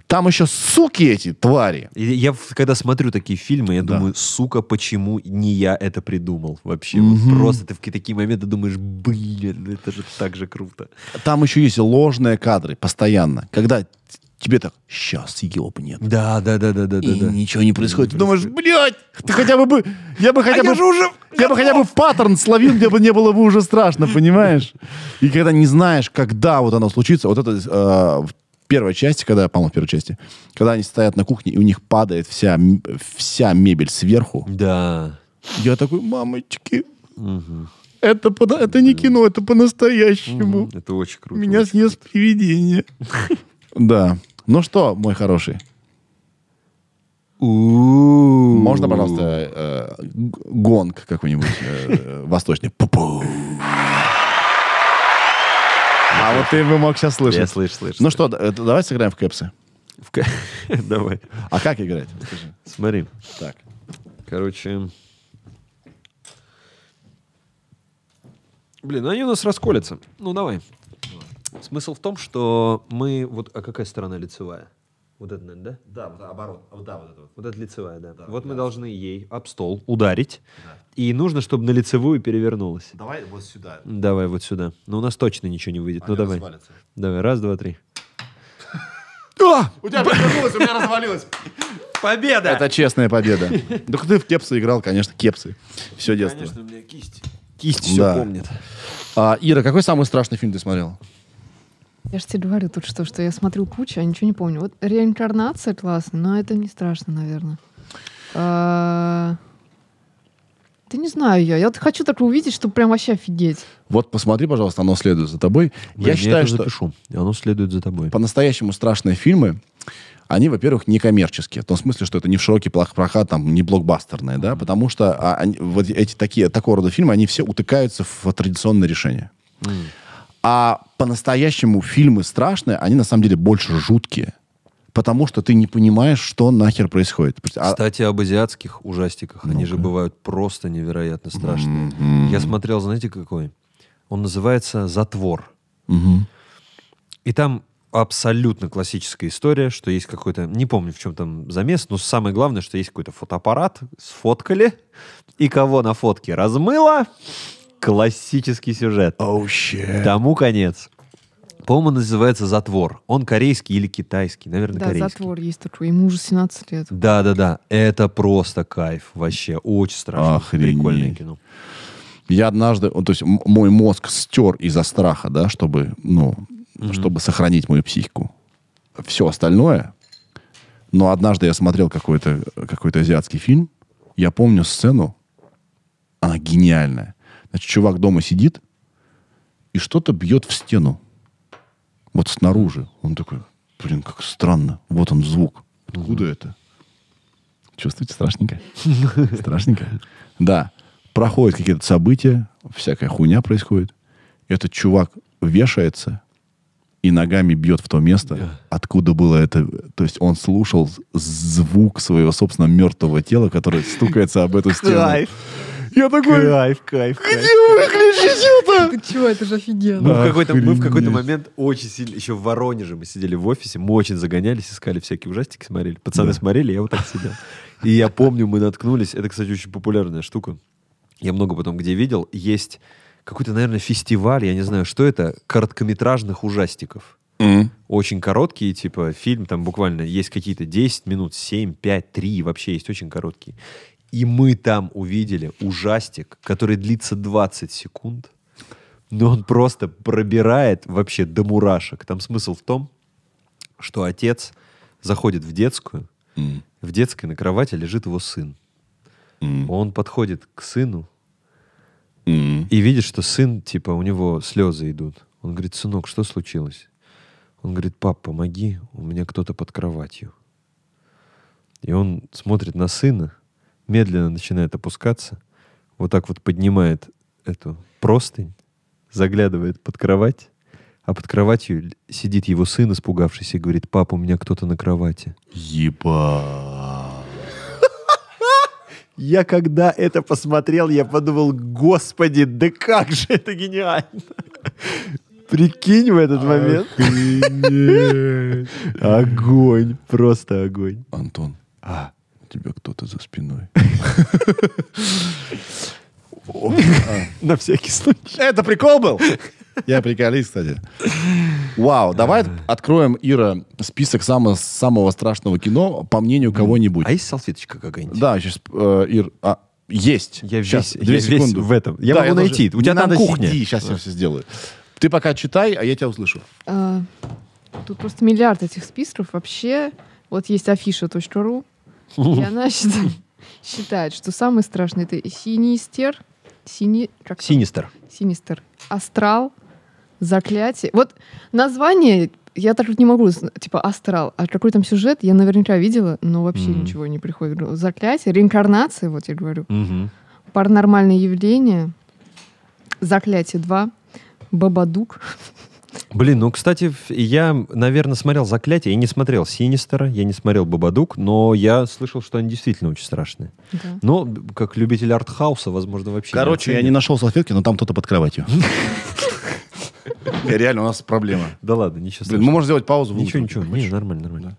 Там еще суки эти твари.
И Я в- когда смотрю такие фильмы, я
Да.
думаю, сука, почему не я это придумал вообще? Вот просто ты в ки- такие моменты думаешь, блин, ну это же так же круто.
Там еще есть ложные кадры постоянно. Когда т- тебе так, сейчас ебнет.
Да, да, да, да, да, да.
И ничего не происходит. Ты думаешь, блядь, ты хотя бы бы... Я бы хотя бы...
А я же уже
Я бы хотя бы паттерн словил, где бы не было бы уже страшно, понимаешь? И когда не знаешь, когда вот оно случится, вот это э, в первой части, когда, по-моему, в первой части, когда они стоят на кухне, и у них падает вся, м- вся мебель сверху,
Да.
я такой, мамочки, это, по- это не кино, это по-настоящему.
Это очень круто.
Меня
очень
съест привидение. Да. Ну что, мой хороший,
У-у-у.
можно, пожалуйста, э, г- гонг какой-нибудь э, восточный? Пу-пу. А вот ты бы мог сейчас слышать.
Я слышу, слышу.
Ну что, да- это давай сыграем в кэпсы.
В ка- Давай.
А как играть? Расскажи.
Смотри.
Так.
Короче. Блин, они у нас расколятся. Ну, давай. Смысл в том, что мы... Вот, а какая сторона лицевая? Вот это, наверное, да?
Да, оборот. Да, вот это вот.
Вот это лицевая, да. вот мы должны ей об стол ударить. И нужно, чтобы на лицевую перевернулась.
Давай вот сюда.
Давай вот сюда. Ну, у нас точно ничего не выйдет. ну, давай. Давай, раз, два, три.
У тебя перевернулось, у меня развалилось.
А! Победа!
Это честная победа. Да ты в кепсы играл, конечно, кепсы. Все детство.
Конечно, у меня кисть. Кисть все
Да.
помнит.
А, Ира, какой самый страшный фильм ты смотрел?
Я же тебе говорю тут что, что я смотрю кучу, а ничего не помню. Вот реинкарнация классно, но это не страшно, наверное. Ты не знаю я. Я вот хочу так увидеть, чтобы прям вообще офигеть.
Вот посмотри, пожалуйста, оно следует за тобой.
Блин,
я считаю,
это
что
запишу. И Оно следует за тобой.
по-настоящему страшные фильмы, они, во-первых, не коммерческие. В том смысле, что это не в широкий плах- прокат, там, не блокбастерные, да, потому что а, они- вот эти такие, такого рода фильмы, они все утыкаются в традиционное решение. А по-настоящему фильмы страшные, они на самом деле больше жуткие. Потому что ты не понимаешь, что нахер происходит. А-
Кстати, об азиатских ужастиках. Они же бывают просто невероятно страшные. Я смотрел, знаете, какой? Он называется «Затвор». И там абсолютно классическая история, что есть какой-то, не помню, в чем там замес, но самое главное, что есть какой-то фотоаппарат, сфоткали, и кого на фотке размыло, классический сюжет.
Oh, shit.
Тому конец. По-моему, называется «Затвор». Он корейский или китайский, наверное,
Да,
корейский.
затвор есть такой. Ему уже 17 лет.
Да, да, да. Это просто кайф вообще. Очень страшно.
Охренеть.
Прикольное кино.
Я однажды, вот, то есть м- мой мозг стер из-за страха, да, чтобы, ну, чтобы сохранить мою психику. Все остальное. Но однажды я смотрел какой-то какой азиатский фильм. Я помню сцену. Она гениальная. Значит, чувак дома сидит и что-то бьет в стену. Вот снаружи. Он такой, блин, как странно. Вот он звук. Откуда это? Чувствуете страшненько? Страшненько? Да. Проходят какие-то события, всякая хуйня происходит. Этот чувак вешается и ногами бьет в то место, откуда было это. То есть он слушал з- звук своего собственного мертвого тела, которое стукается об эту стену. Я такой,
Кайф, кайф, кайф.
Ты чего, это
Мы
же офигенно.
в, какой-то, мы в какой-то
Охренеть.
момент очень сильно, еще в Воронеже мы сидели в офисе, мы очень загонялись, искали всякие ужастики, смотрели. Пацаны смотрели, я вот так сидел. И я помню, мы наткнулись, это, кстати, очень популярная штука. Я много потом где видел. Есть какой-то, наверное, фестиваль, я не знаю, что это, короткометражных ужастиков.
«М,
очень короткие, типа фильм там буквально есть какие-то 10 минут, 7, 5, 3, вообще есть очень короткие. И мы там увидели ужастик, который длится 20 секунд, но он просто пробирает вообще до мурашек. Там смысл в том, что отец заходит в детскую,
м,
в детской на кровати лежит его сын.
м,
Он подходит к сыну
м».
и видит, что сын, типа, у него слезы идут. Он говорит, сынок, что случилось? Он говорит, пап, помоги, у меня кто-то под кроватью. И он смотрит на сына, медленно начинает опускаться, вот так вот поднимает эту простынь, заглядывает под кровать, а под кроватью л- сидит его сын, испугавшийся, и говорит, пап, у меня кто-то на кровати.
Еба.
Я когда это посмотрел, я подумал, господи, да как же это гениально. Прикинь в этот момент. Огонь, просто огонь.
Антон, у А, тебя кто-то за спиной.
На всякий случай.
Это прикол был? Я приколист, кстати. Вау, давай откроем, Ира, список само- самого страшного кино, по мнению кого-нибудь.
А есть салфеточка какая-нибудь?
Да, сейчас, Ир, а, есть.
Я
Щас,
весь, я весь в этом. Я
Да,
могу
тоже-
найти. У
Не
тебя там
надо
кухня.
Сиди, сейчас я все сделаю. Ты пока читай, а я тебя услышу.
А, Тут просто миллиард этих списков вообще. Вот есть афиша.ру, и она считает, считает, что самый страшный это синистер, сини, как там?
Синистер.
Синистер, астрал, заклятие. Вот название я так вот не могу, зн- типа астрал, а какой там сюжет я наверняка видела, но вообще
Мгм.
ничего не приходит. в голову. Заклятие, реинкарнация, вот я говорю,
Мгм.
паранормальные явления, заклятие 2, Бабадук.
Блин, ну, кстати, в- я, наверное, смотрел «Заклятие», я не смотрел «Синистера», я не смотрел «Бабадук», но я слышал, что они действительно очень страшные.
Да.
Но, как любитель артхауса, возможно, вообще... не
Короче, я не
оценит.
нашел салфетки, но там кто-то под кроватью. Не, Реально, у нас проблема.
Да ладно,
Блин,
ничего
мы
страшного.
можем сделать паузу.
Ничего,
выкрутим.
ничего, не, нормально, нормально.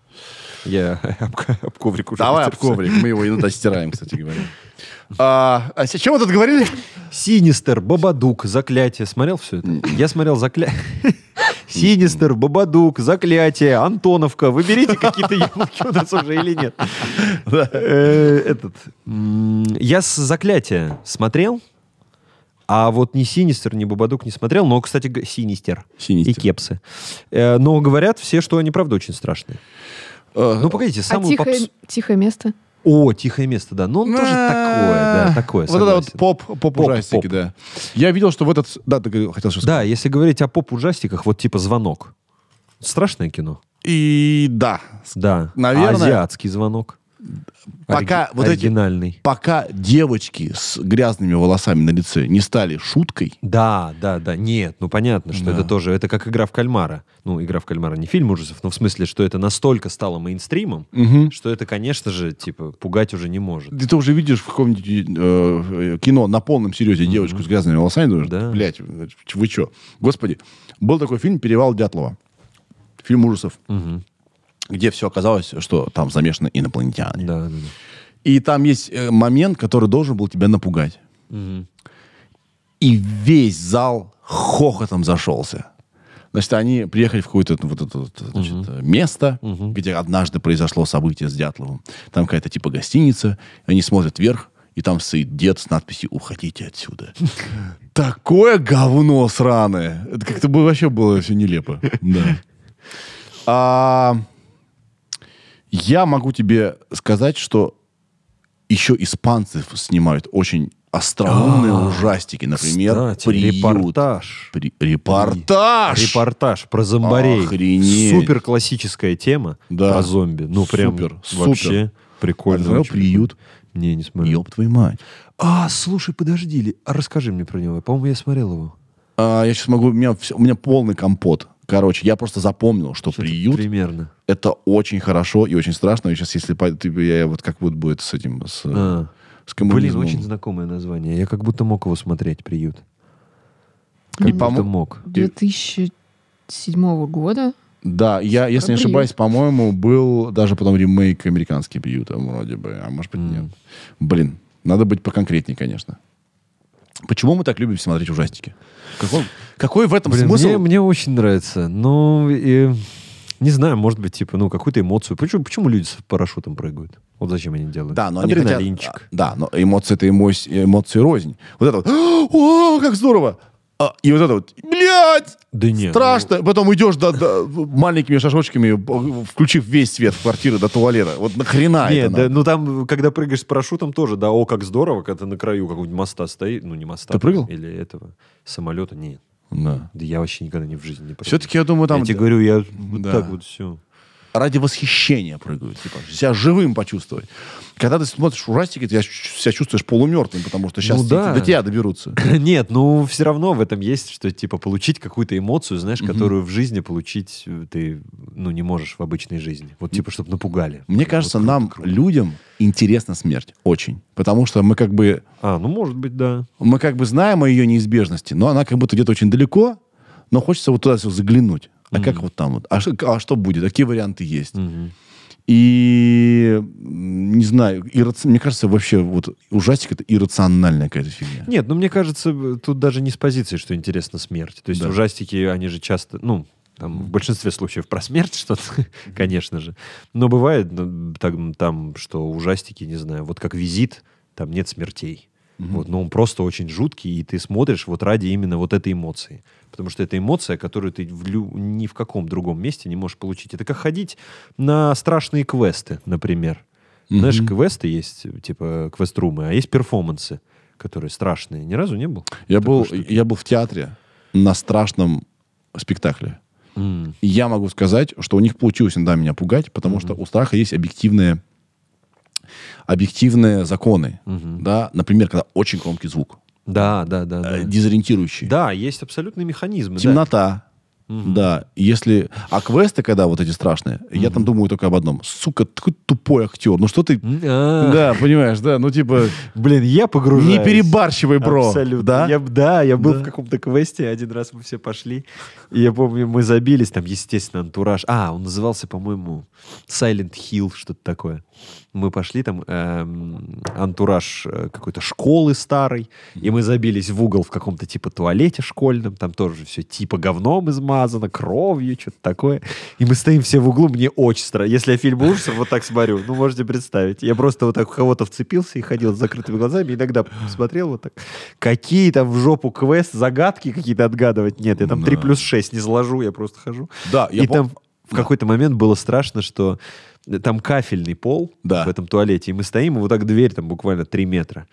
Я об, ко- об коврик уже
Давай об
потерся.
коврик, мы его иногда стираем, кстати говоря. А а с- чем мы тут говорили?
Синистер, Бабадук, Заклятие. Смотрел все это? Я смотрел Заклятие. Синистер, Бабадук, Заклятие, Антоновка. Выберите какие-то яблоки у нас уже или нет. Э, Этот. м, Я с Заклятия смотрел, а вот ни Синистер, ни Бабадук не смотрел, но, кстати, г- Синистер.
Синистер.
И Кепсы. Э, Но говорят все, что они, правда, очень страшные. Ну,
Э,
погодите,
А
самую
тихое, А.
попс-
тихое место?
О, тихое место, да. Ну, он тоже такое, да, такое.
Э, Вот это вот
согласен.
поп, поп ужастики,
поп.
да. Я видел, что в этот... Да, ты говорил- хотел что сказать.
Да, если говорить о поп-ужастиках, вот типа «Звонок». Страшное кино?
И да,
Да.
Наверное.
А Азиатский «Звонок».
Пока
Ори-
вот эти-
Оригинальный.
пока девочки с грязными волосами на лице не стали шуткой,
Да, да, да. Нет, ну понятно, что
Да.
это тоже... Это как «Игра в кальмара». Ну, «Игра в кальмара» не фильм ужасов, но в смысле, что это настолько стало мейнстримом, что это, конечно же, типа, пугать уже не может.
Ты, ты уже видишь в каком-нибудь э, э, кино на полном серьезе девочку с грязными волосами, думаешь,
Да.
блядь, вы что? Господи, был такой фильм «Перевал Дятлова». Фильм ужасов. Где все оказалось, что там замешаны инопланетяне.
Да, да, да.
И там есть э, момент, который должен был тебя напугать. И весь зал хохотом зашелся. Значит, они приехали в какое-то ну, вот это, вот, значит, э, место, где однажды произошло событие с Дятловым. Там какая-то типа гостиница, они смотрят вверх, и там стоит дед с надписью «Уходите отсюда». Такое говно сраное. Это как-то бы вообще было все нелепо. Да. А, Я могу тебе сказать, что еще испанцев снимают очень остроумные ужастики. Например,
Кстати,
«Приют».
репортаж.
При- Репортаж!
Репортаж про зомбарей.
Охренеть.
Супер классическая тема
Да.
про зомби. Ну, прям
Супер, супер.
вообще прикольно.
А ты смотрел
очень.
«Приют»?
Не, не смотрел.
Ёб твою мать.
А, слушай, подожди, Ли- а расскажи мне про него. По-моему, я смотрел его.
А, я сейчас могу... У меня, всё- у меня полный компот. Короче, я просто запомнил, что
Что-то
приют
Примерно.
это очень хорошо и очень страшно. сейчас, если по- ты- я вот как вот будет с этим, с, э,
А.
с
Блин,
коммунизмом.
очень знакомое название. Я как будто мог его смотреть, приют. Как
И
будто
помо-
мог.
2007 года.
Да, я, если не
Приют.
ошибаюсь, по-моему, был даже потом ремейк американский приют, там, вроде бы, а может быть нет. Блин, надо быть поконкретнее, конечно. Почему мы так любим смотреть ужастики? Какой, какой в этом
Блин,
смысл?
мне, мне очень нравится. Ну, и, не знаю, может быть, типа, ну, какую-то эмоцию. Почему, почему люди с парашютом прыгают? Вот зачем они делают?
Да, но они хотят- а,
Адреналинчик.
Да, но эмоции это эмоции, эмоции рознь. Вот это вот, о, как здорово! А, И вот это вот, блядь,
Да ну не,
страшно. Потом идешь до, до- маленькими шажочками, б- включив весь свет в квартиры до туалета. Вот нахрена
Не,
А, это
да,
нам?
ну там, когда прыгаешь с парашютом, тоже, да, о, как здорово, когда ты на краю какого-нибудь моста стоишь, ну не моста.
Ты прыгал?
Или этого самолета, нет.
Да.
Да я вообще никогда не в жизни не прыгал.
Все-таки, я думаю, там
ну. я тебе говорю, я вот
Да.
так вот все.
ради восхищения прыгают. Типа, себя живым почувствовать. Когда ты смотришь ужастики, ты себя чувствуешь полумертвым, потому что сейчас
Ну да.
до тебя доберутся.
Нет, ну все равно в этом есть, что типа получить какую-то эмоцию, знаешь, которую в жизни получить э, ты ну не можешь в обычной жизни. Вот типа, чтобы напугали.
Мне
Вот
кажется,
круто,
нам,
круто.
людям, интересна смерть. Очень. Потому что мы как бы
А, ну может быть, да.
мы как бы знаем о ее неизбежности, но она как будто где-то очень далеко, но хочется вот туда все заглянуть. А как вот там вот? А, ш- а что будет? А Какие варианты есть?
Мгм.
И м, не знаю, иррац- мне кажется, вообще вот ужастик это иррациональная какая-то фигня.
Нет, ну мне кажется, б- тут даже не с позиции, что интересна смерть. То есть
Да.
ужастики, они же часто, ну, там в большинстве случаев про смерть что-то, конечно же. Но бывает ну, там, там, что ужастики, не знаю, вот как визит, там нет смертей. Вот, но он просто очень жуткий, и ты смотришь вот ради именно вот этой эмоции. Потому что это эмоция, которую ты в лю- ни в каком другом месте не можешь получить. Это как ходить на страшные квесты, например. Знаешь, квесты есть, типа квест-румы, а есть перформансы, которые страшные. Ни разу не был?
Я
такой
был,
штуки?
я был в театре на страшном спектакле.
М,
И я могу сказать, что у них получилось иногда меня пугать, потому что у страха есть объективные, объективные законы. Да? Например, когда очень громкий звук,
Да, да, да.
э,
Да,
дезориентирующий.
Да, есть абсолютные механизмы. да.
Темнота. Да, если... А квесты, когда вот эти страшные, я там думаю только об одном. Сука, такой тупой актер. Ну что ты...
М, а,
Да, понимаешь, да, ну типа...
Блин, я погружаюсь.
Не перебарщивай, бро.
Абсолютно.
Да?
Я, б- да, я был
Да.
в каком-то квесте, один раз мы все пошли. И я помню, мы забились, там, естественно, антураж. А, он назывался, по-моему, Silent Hill, что-то такое. Мы пошли, там, эм, антураж э, какой-то школы старой, и мы забились в угол в каком-то типа туалете школьном, там тоже все типа говном измазано, кровью, что-то такое. И мы стоим все в углу, мне очень страшно. Если я фильм ужасов вот так смотрю, ну, можете представить. Я просто вот так в кого-то вцепился и ходил с закрытыми глазами, иногда смотрел вот так. Какие там в жопу квест, загадки какие-то отгадывать? Нет, я там
Ну
3
Да.
плюс 6 не заложу, я просто хожу.
Да, я
и
пом-
там в какой-то момент было страшно, что там кафельный пол
Да.
в этом туалете, и мы стоим, и вот так дверь там буквально 3 метра.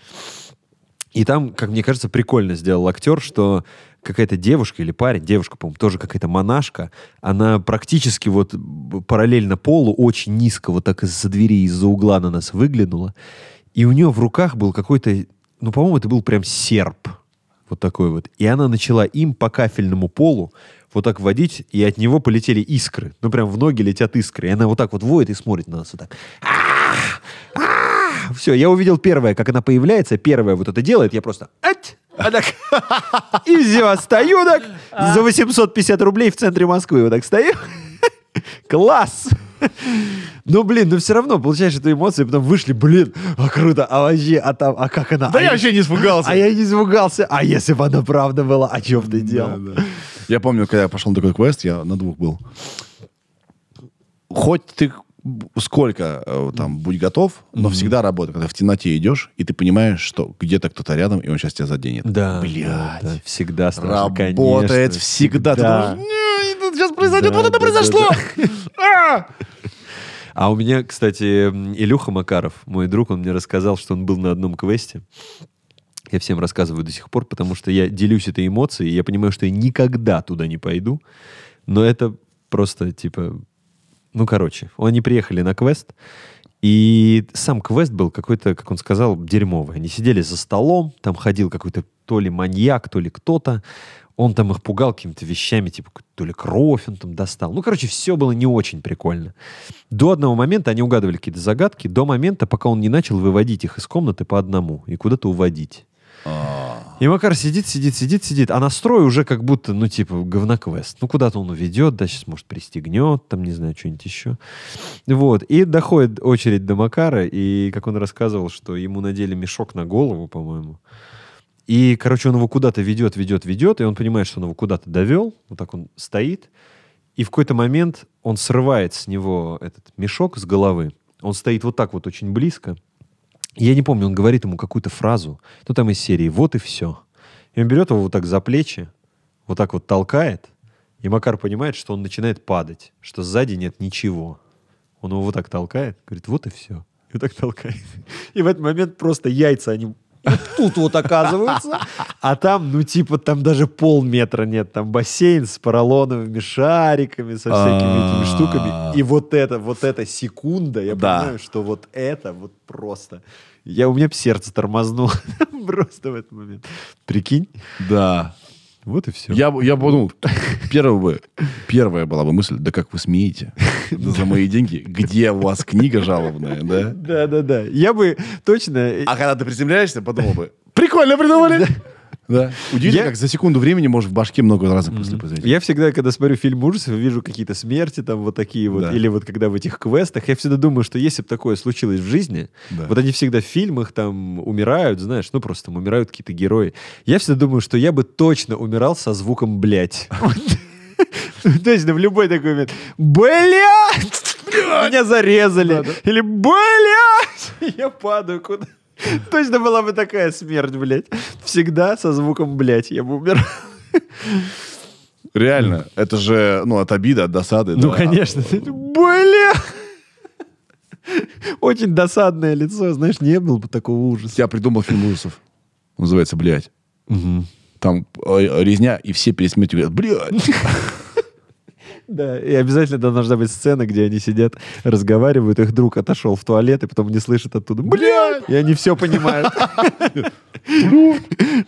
И там, как мне кажется, прикольно сделал актер, что какая-то девушка или парень, девушка, по-моему, тоже какая-то монашка, она практически вот б- параллельно полу, очень низко вот так из-за двери, из-за угла на нас выглянула. И у нее в руках был какой-то, ну, по-моему, это был прям серп. Вот такой вот. И она начала им по кафельному полу вот так водить, и от него полетели искры. Ну, прям в ноги летят искры. И она вот так вот воет и смотрит на нас вот так. Все, я увидел первое, как она появляется, первое вот это делает, я просто... «Ать!» А так, и все, стою так, за 850 рублей в центре Москвы вот так стою. Класс! Ну, блин, ну все равно получаешь эту эмоцию, и потом вышли, блин, а круто, а вообще, а там, а как она?
Да
а
я вообще не испугался.
А я не испугался, а если бы она правда была, а чем ты делал?
Я помню, когда я пошел на такой квест, я на двух был. Хоть ты сколько э, там будь готов, но всегда работает, когда в темноте идешь, и ты понимаешь, что где-то кто-то рядом, и он сейчас тебя заденет.
Да,
Блядь.
да, да, всегда страшно,
Работает
конечно,
всегда. Ты думаешь, «Не, это сейчас произойдет,
Да,
вот это
да,
произошло. А!
А у меня, кстати, м, Илюха Макаров, мой друг, он мне рассказал, что он был на одном квесте. Я всем рассказываю до сих пор, потому что я делюсь этой эмоцией, и я понимаю, что я никогда туда не пойду. Но это просто, типа... Ну, короче, они приехали на квест, и сам квест был какой-то, как он сказал, дерьмовый. Они сидели за столом, там ходил какой-то то ли маньяк, то ли кто-то. Он там их пугал какими-то вещами, типа то ли кровь он там достал. Ну, короче, все было не очень прикольно. До одного момента они угадывали какие-то загадки, до момента, пока он не начал выводить их из комнаты по одному и куда-то уводить.
А!
И Макар сидит, сидит, сидит, сидит, а настрой уже как будто, ну, типа, говноквест. Ну, куда-то он уведет, да, сейчас, может, пристегнет, там, не знаю, что-нибудь еще. Вот, и доходит очередь до Макара, и, как он рассказывал, что ему надели мешок на голову, по-моему. И, короче, он его куда-то ведет, ведет, ведет, и он понимает, что он его куда-то довел, вот так он стоит, и в какой-то момент он срывает с него этот мешок с головы. Он стоит вот так вот очень близко. Я не помню, он говорит ему какую-то фразу. Ну, там из серии «Вот и все». И он берет его вот так за плечи, вот так вот толкает, и Макар понимает, что он начинает падать, что сзади нет ничего. Он его вот так толкает, говорит «Вот и все». И вот так толкает. И в этот момент просто яйца, они вот тут вот оказываются, а там, ну, типа, там даже полметра нет, там бассейн с поролоновыми шариками, со всякими этими
А.
штуками, и вот это, вот эта секунда, я
Да.
понимаю, что вот это вот просто... Я, у меня б сердце тормознуло просто в этот момент. Прикинь?
Да.
Вот и все.
Я, бы- я бы подумал, первое бы, первая была бы мысль, да как вы смеете? Да за мои деньги. Где у вас книга жалобная, да?
Да-да-да. Я бы точно... э,
А когда ты приземляешься, подумал бы, прикольно придумали. Да. Удивительно,
Я-
как за секунду времени может в башке много раз мыслей произойти.
Я всегда, когда смотрю фильм ужасов, вижу какие-то смерти там вот такие вот,
Да.
или вот когда в этих квестах, я всегда думаю, что если бы такое случилось в жизни,
Да.
вот они всегда в фильмах там умирают, знаешь, ну просто там умирают какие-то герои. Я всегда думаю, что я бы точно умирал со звуком «блядь». Вот. Точно, в любой такой момент. Блядь! Меня зарезали. Или блядь! Я падаю куда Точно была бы такая смерть, блядь. Всегда со звуком «блядь» я бы умирал.
Реально, это же, ну, от обиды, от досады.
Ну,
да.
конечно. Бля! Очень досадное лицо. Знаешь, не было бы такого ужаса.
Я придумал фильм ужасов. Он Называется «Блядь». Там э, резня, и все перед смертью говорят «Блядь».
Да, и обязательно там должна быть сцена, где они сидят, разговаривают, их друг отошел в туалет, и потом не слышит оттуда «Блядь!» И они все понимают.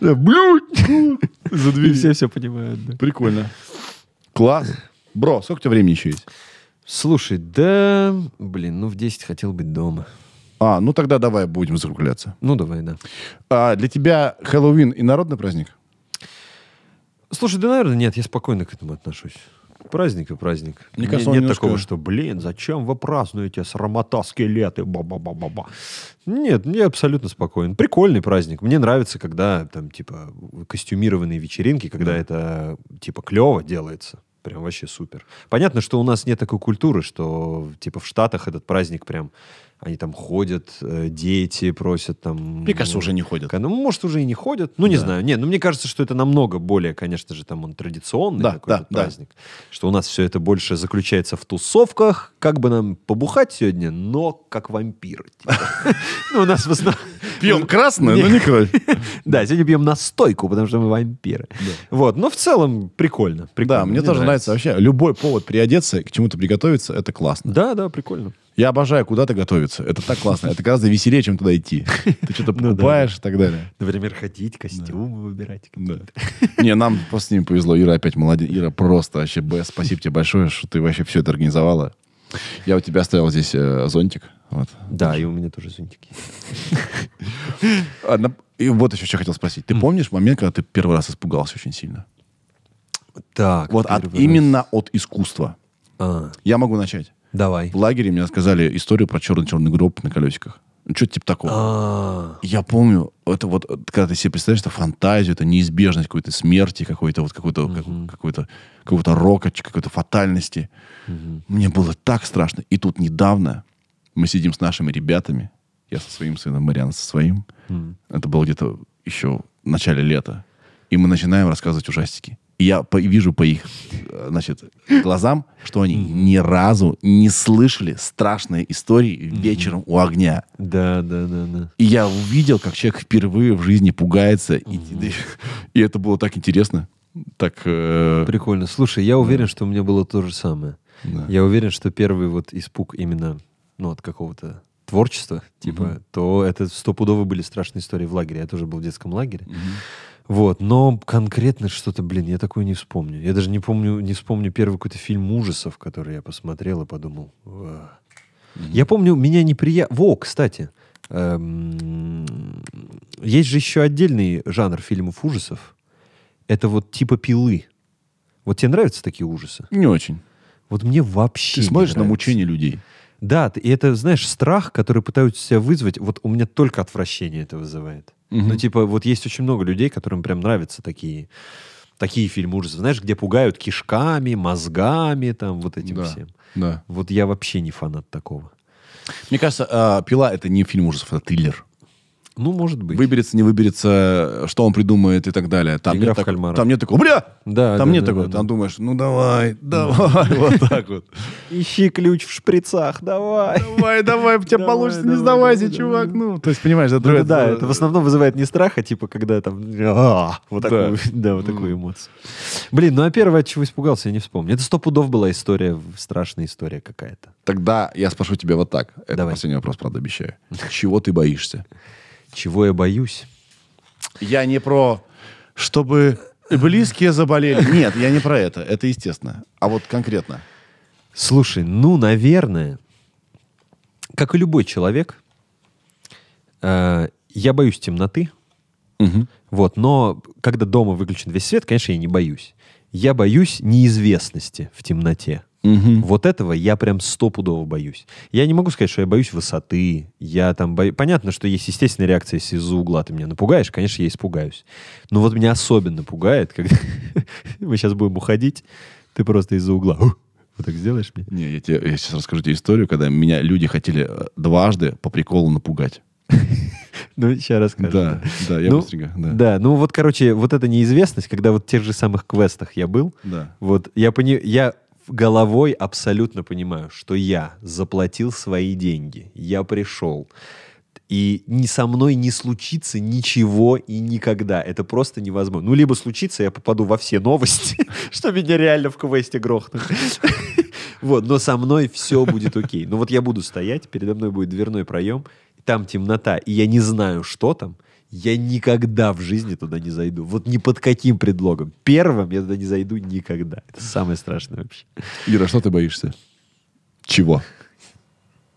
Да, «Блядь!»
За
И все все понимают, да.
Прикольно. Класс. Бро, сколько у тебя времени еще есть?
Слушай, да... Блин, ну в 10 хотел быть дома.
А, ну тогда давай будем закругляться.
Ну давай, да.
А для тебя Хэллоуин и народный праздник?
Слушай, да, наверное, нет, я спокойно к этому отношусь. Праздник и праздник.
Мне
Мне
кажется, он
нет
немножко-
такого, что, блин, зачем вы празднуете срамота скелеты, ба-ба-ба-ба-ба. Нет, мне абсолютно спокойно. Прикольный праздник. Мне нравится, когда там, типа, костюмированные вечеринки, когда это, типа, клево делается. Прям вообще супер. Понятно, что у нас нет такой культуры, что, типа, в Штатах этот праздник прям... Они там ходят, э, дети просят там... ну,
не ходит.
ну, может, уже и не ходят. Ну, не знаю. Не, ну, мне кажется, что это намного более, конечно же, там он традиционный
Да,
такой
да,
вот
да.
праздник. Что у нас все это больше заключается в тусовках. Как бы нам побухать сегодня, но как вампиры. типа. Ну, у нас в основном...
Пьем красное,
Не.
но не кровь.
Да, сегодня пьем настойку, потому что мы вампиры. Вот, но в целом прикольно. прикольно.
Да, мне тоже нравится вообще. Любой повод приодеться, и к чему-то приготовиться, это классно.
Да, да, прикольно.
Я обожаю куда-то готовиться. Это так классно. Это гораздо веселее, чем туда идти. Ты что-то
Ну да.
покупаешь и так далее.
Например, ходить, костюмы выбирать.
Да. Не, нам просто с ним повезло. Ира опять молодец. Ира просто вообще Б, спасибо тебе большое, что ты вообще все это организовала. Я у тебя оставил здесь э, зонтик. Вот.
Да, и у меня тоже зонтики.
Одна- И вот еще что хотел спросить. Ты помнишь момент, когда ты первый раз испугался очень сильно?
Так,
Вот от,
первый раз.
именно от искусства.
А,
Я могу начать.
Давай.
В лагере мне рассказали историю про черный-черный гроб на колесиках. Ну, что-то типа такого.
А,
Я помню, это вот, э, когда ты себе представляешь, это фантазию, это неизбежность какой-то смерти, какой-то вот какой-то как- какой-то какого-то рока, ч- какой-то фатальности. Мне было так страшно. И тут недавно мы сидим с нашими ребятами, я со своим сыном, Мариан со своим. Это было где-то еще в начале лета. И мы начинаем рассказывать ужастики. И я по- вижу по их э, значит, глазам, что они ни разу не слышали страшные истории вечером у огня.
Да, да, да, да.
И я увидел, как человек впервые в жизни пугается. И, и- и это было так интересно. Так... э,
Прикольно. Слушай, я уверен, что у меня было то же самое.
Да.
Я уверен, что первый вот испуг именно ну, от какого-то творчества, типа, то это стопудово были страшные истории в лагере. Я тоже был в детском лагере. Вот, но конкретно что-то, блин, я такое не вспомню. Я даже не помню, не вспомню первый какой-то фильм ужасов, который я посмотрел и подумал. «Ва». Я помню, меня неприятно... Во, кстати, эм, есть же еще отдельный жанр фильмов ужасов. Это вот типа пилы. Вот тебе нравятся такие ужасы?
не очень.
Вот мне вообще
Ты смотришь
не
на
нравится.
мучение людей.
Да, ты- и это, знаешь, страх, который пытаются себя вызвать, вот у меня только отвращение это вызывает. Ну, типа, вот есть очень много людей, которым прям нравятся такие, такие фильмы ужасов, знаешь, где пугают кишками, мозгами, там, вот этим
Да.
всем.
Да.
Вот я вообще не фанат такого.
а, Мне кажется, э, «Пила» — это не фильм ужасов, это триллер.
Ну, может быть.
Выберется, не выберется, что он придумает и так далее. Там,
Игра
нет,
в
так-
кальмара.
там нет такого, бля!
Да,
там
да,
нет
да,
такого.
да,
там думаешь, ну давай, давай, вот так вот.
Ищи ключ в шприцах, давай.
Давай, давай, у тебя
Давай,
получится, не
давай,
сдавайся,
давай,
чувак.
давай.
Ну, то есть, понимаешь, это...
Ну, это да, это в основном вызывает не страх, а типа, когда там... «А-а-а», Вот
Да.
такую, да, вот такую эмоцию. Блин, ну а первое, от чего испугался, я не вспомню. Это сто пудов была история, в- страшная история какая-то.
Тогда я спрошу тебя вот так. Это
Давай.
последний вопрос, правда, обещаю. Чего ты боишься?
Чего я боюсь?
Я не про, чтобы близкие заболели. Нет, я не про это. Это естественно. А вот конкретно.
Слушай, ну, наверное, как и любой человек, э, я боюсь темноты, Вот, но когда дома выключен весь свет, конечно, я не боюсь. Я боюсь неизвестности в темноте. Вот этого я прям стопудово боюсь. Я не могу сказать, что я боюсь высоты. Я там бою... Понятно, что есть естественная реакция, если из-за угла ты меня напугаешь, конечно, я испугаюсь. Но вот меня особенно пугает, когда мы сейчас будем уходить, ты просто из-за угла. Вот так сделаешь мне?
Не, я, тебе, я сейчас расскажу тебе историю, когда меня люди хотели э, дважды по приколу напугать.
Ну, сейчас расскажу.
Да, да, я
Ну,
быстренько. Да.
Да, ну вот, короче, вот эта неизвестность, когда вот в тех же самых квестах я был,
Да.
Вот я пони... я головой абсолютно понимаю, что я заплатил свои деньги, я пришел, и ни со мной не случится ничего и никогда. Это просто невозможно. Ну, либо случится, я попаду во все новости, что меня реально в квесте грохнут. Вот, но со мной все будет окей. Но вот я буду стоять, передо мной будет дверной проем, там темнота, и я не знаю, что там. Я никогда в жизни туда не зайду. Вот ни под каким предлогом. Первым я туда не зайду никогда. Это самое страшное вообще.
Ира, что ты боишься? Чего?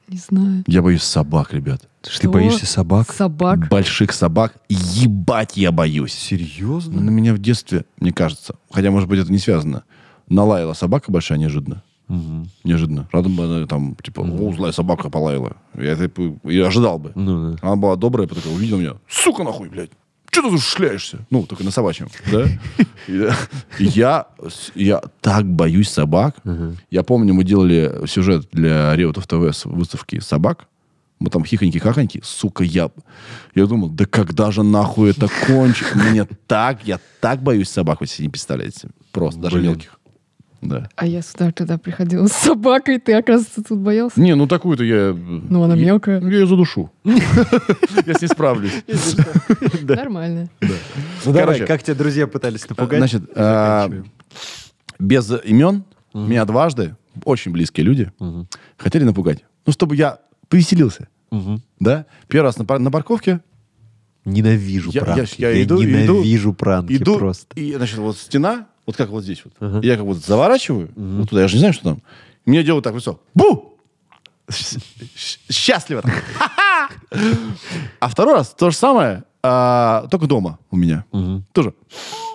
Не знаю.
Я боюсь собак, ребят.
Ты
Что?
боишься собак?
Собак.
Больших собак ебать я боюсь. Ну,
Серьезно?
на меня в детстве, мне кажется, хотя, может быть, это не связано, налаяла собака большая неожиданно. Неожиданно. Рядом бы она там, типа, о, злая собака полаяла. Я это бы и ожидал бы.
Ну да.
Она была добрая, потом такая, увидела меня, сука нахуй, блядь. Че ты тут шляешься? Ну, только на собачьем, да? И Я, я так боюсь собак. Я помню, мы делали сюжет для Реутов ТВ с выставки собак. Мы там хихоньки-хахоньки. Сука, я... Я думал, да когда же нахуй это кончится? Мне так, я так боюсь собак, вы себе не представляете. Просто, даже
Блин.
мелких. Да.
А я сюда тогда приходила с собакой, ты, оказывается, тут боялся?
Не, ну такую-то я...
Ну, она
я-
мелкая.
Я ее задушу. Я с ней справлюсь.
Нормально.
Ну давай,
Короче.
как тебя друзья пытались напугать?
Значит, а, без имен меня дважды очень близкие люди хотели напугать. Ну, чтобы я повеселился.
Мгм.
Да? Первый раз на, пар- на парковке
Ненавижу
Я- я-
пранки.
я иду- иду-
ненавижу пранки
иду,
просто.
и, значит, вот стена, вот как вот здесь вот. Я как вот заворачиваю, вот туда, я же не знаю, что там. И Мне делают так в лицо. Бу! Щ- щ- Счастливо так. Ха-ха! А второй раз то же самое, а, только дома у меня. Тоже.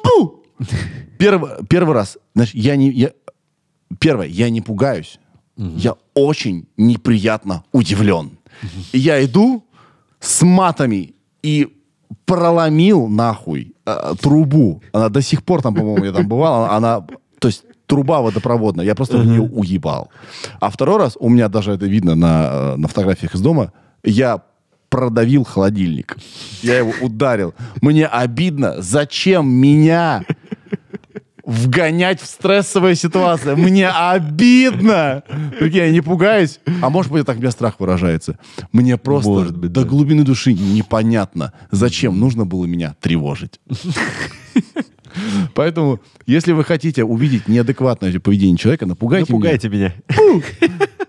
Бу! Первый, первый раз, значит, я не... Я, первое, я не пугаюсь. Я очень неприятно удивлен. И я иду с матами и проломил нахуй э, трубу. Она до сих пор там, по-моему, я там бывал. Она, она- то есть труба водопроводная. Я просто в нее уебал. А второй раз, у меня даже это видно на, э, на фотографиях из дома, я продавил холодильник. Я его ударил. Мне обидно. Зачем меня вгонять в стрессовые ситуации. Мне обидно. Прикинь, я не пугаюсь. А может быть, так у меня страх выражается. Мне просто
Может быть,
до
да.
глубины души непонятно, зачем нужно было меня тревожить. Поэтому, если вы хотите увидеть неадекватное поведение человека, напугайте,
Напугайте меня.
меня.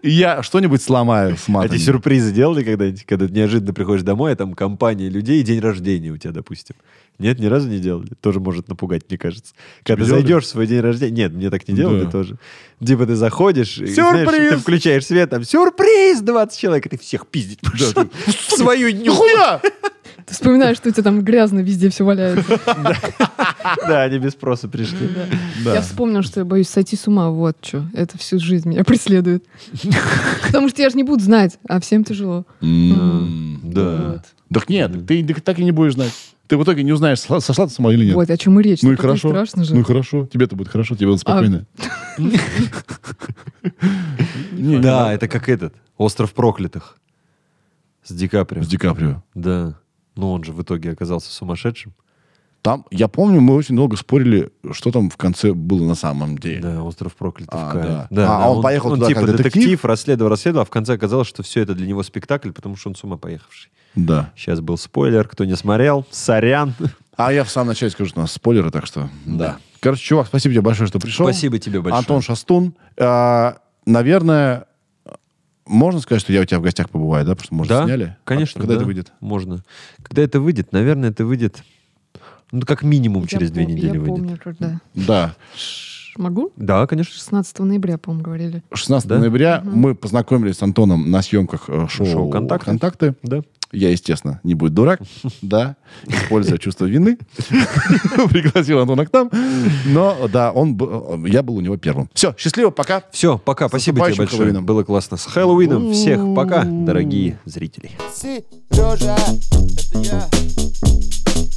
И Я что-нибудь сломаю с
А
матами.
тебе сюрпризы делали когда-нибудь, когда ты неожиданно приходишь домой, а там компания людей, и день рождения у тебя, допустим? Нет, ни разу не делали. Тоже может напугать, мне кажется. Когда ты
делали?
зайдешь в свой день рождения... Нет, мне так не делали
Да.
тоже. Типа ты заходишь, и,
Сюрприз!
знаешь, ты включаешь свет, там сюрприз, 20 человек, и ты всех пиздить пошел. В свою дню.
Нихуя!
Ты вспоминаешь, что у тебя там грязно везде все валяется.
Да, они без спроса пришли.
Я вспомнил, что я боюсь сойти с ума. Вот что. Это всю жизнь меня преследует. Потому что я же не буду знать, а всем тяжело. А,
М,
Да.
Вот.
Так нет, ты так и не будешь знать. Ты в итоге не узнаешь, сошла сошла ты с ума или нет.
Вот, о чем и речь.
Ну и
Это так
хорошо.
страшно же. А
Ну и хорошо. Тебе-то будет хорошо, тебе будет спокойно. Не,
Да, это как этот. Остров проклятых. С Ди Каприо.
С Ди Каприо.
Да. Но он же в итоге оказался сумасшедшим.
Там, я помню, мы очень долго спорили, что там в конце было на самом деле.
Да, остров проклятых
А,
Каин.
да. А, а он поехал
он
туда
типа
как детектив?
расследовал, расследовал, а в конце оказалось, что все это для него спектакль, потому что он с ума поехавший.
Да.
Сейчас был спойлер, кто не смотрел, сорян.
А я в самом начале скажу, что у нас спойлеры, так что... Да. Короче, чувак, спасибо тебе большое, что пришел.
Спасибо тебе большое.
Антон Шастун. А, наверное, можно сказать, что я у тебя в гостях побываю, да? Потому что мы уже
да,
сняли.
конечно.
А когда
да,
это выйдет?
Можно. Когда это выйдет, наверное, это выйдет, ну, как минимум через
Я
две
пом-
недели
Я
выйдет.
помню, когда.
Да.
Ш- Могу?
Да, конечно.
16 ноября, по-моему, говорили.
16
Да?
ноября мы познакомились с Антоном на съемках э, шоу,
Шоу «Контакты».
«Контакты».
Да.
Я, естественно, не будет дурак, да, используя чувство вины, пригласил Антона к нам. Но, да, он, б- э, я был у него первым. Все, счастливо, пока.
Все, пока. Спасибо тебе
наступающим
большое.
Хэллоуином.
Было классно. С Хэллоуином. Всех пока, дорогие зрители.
Сережа, это я.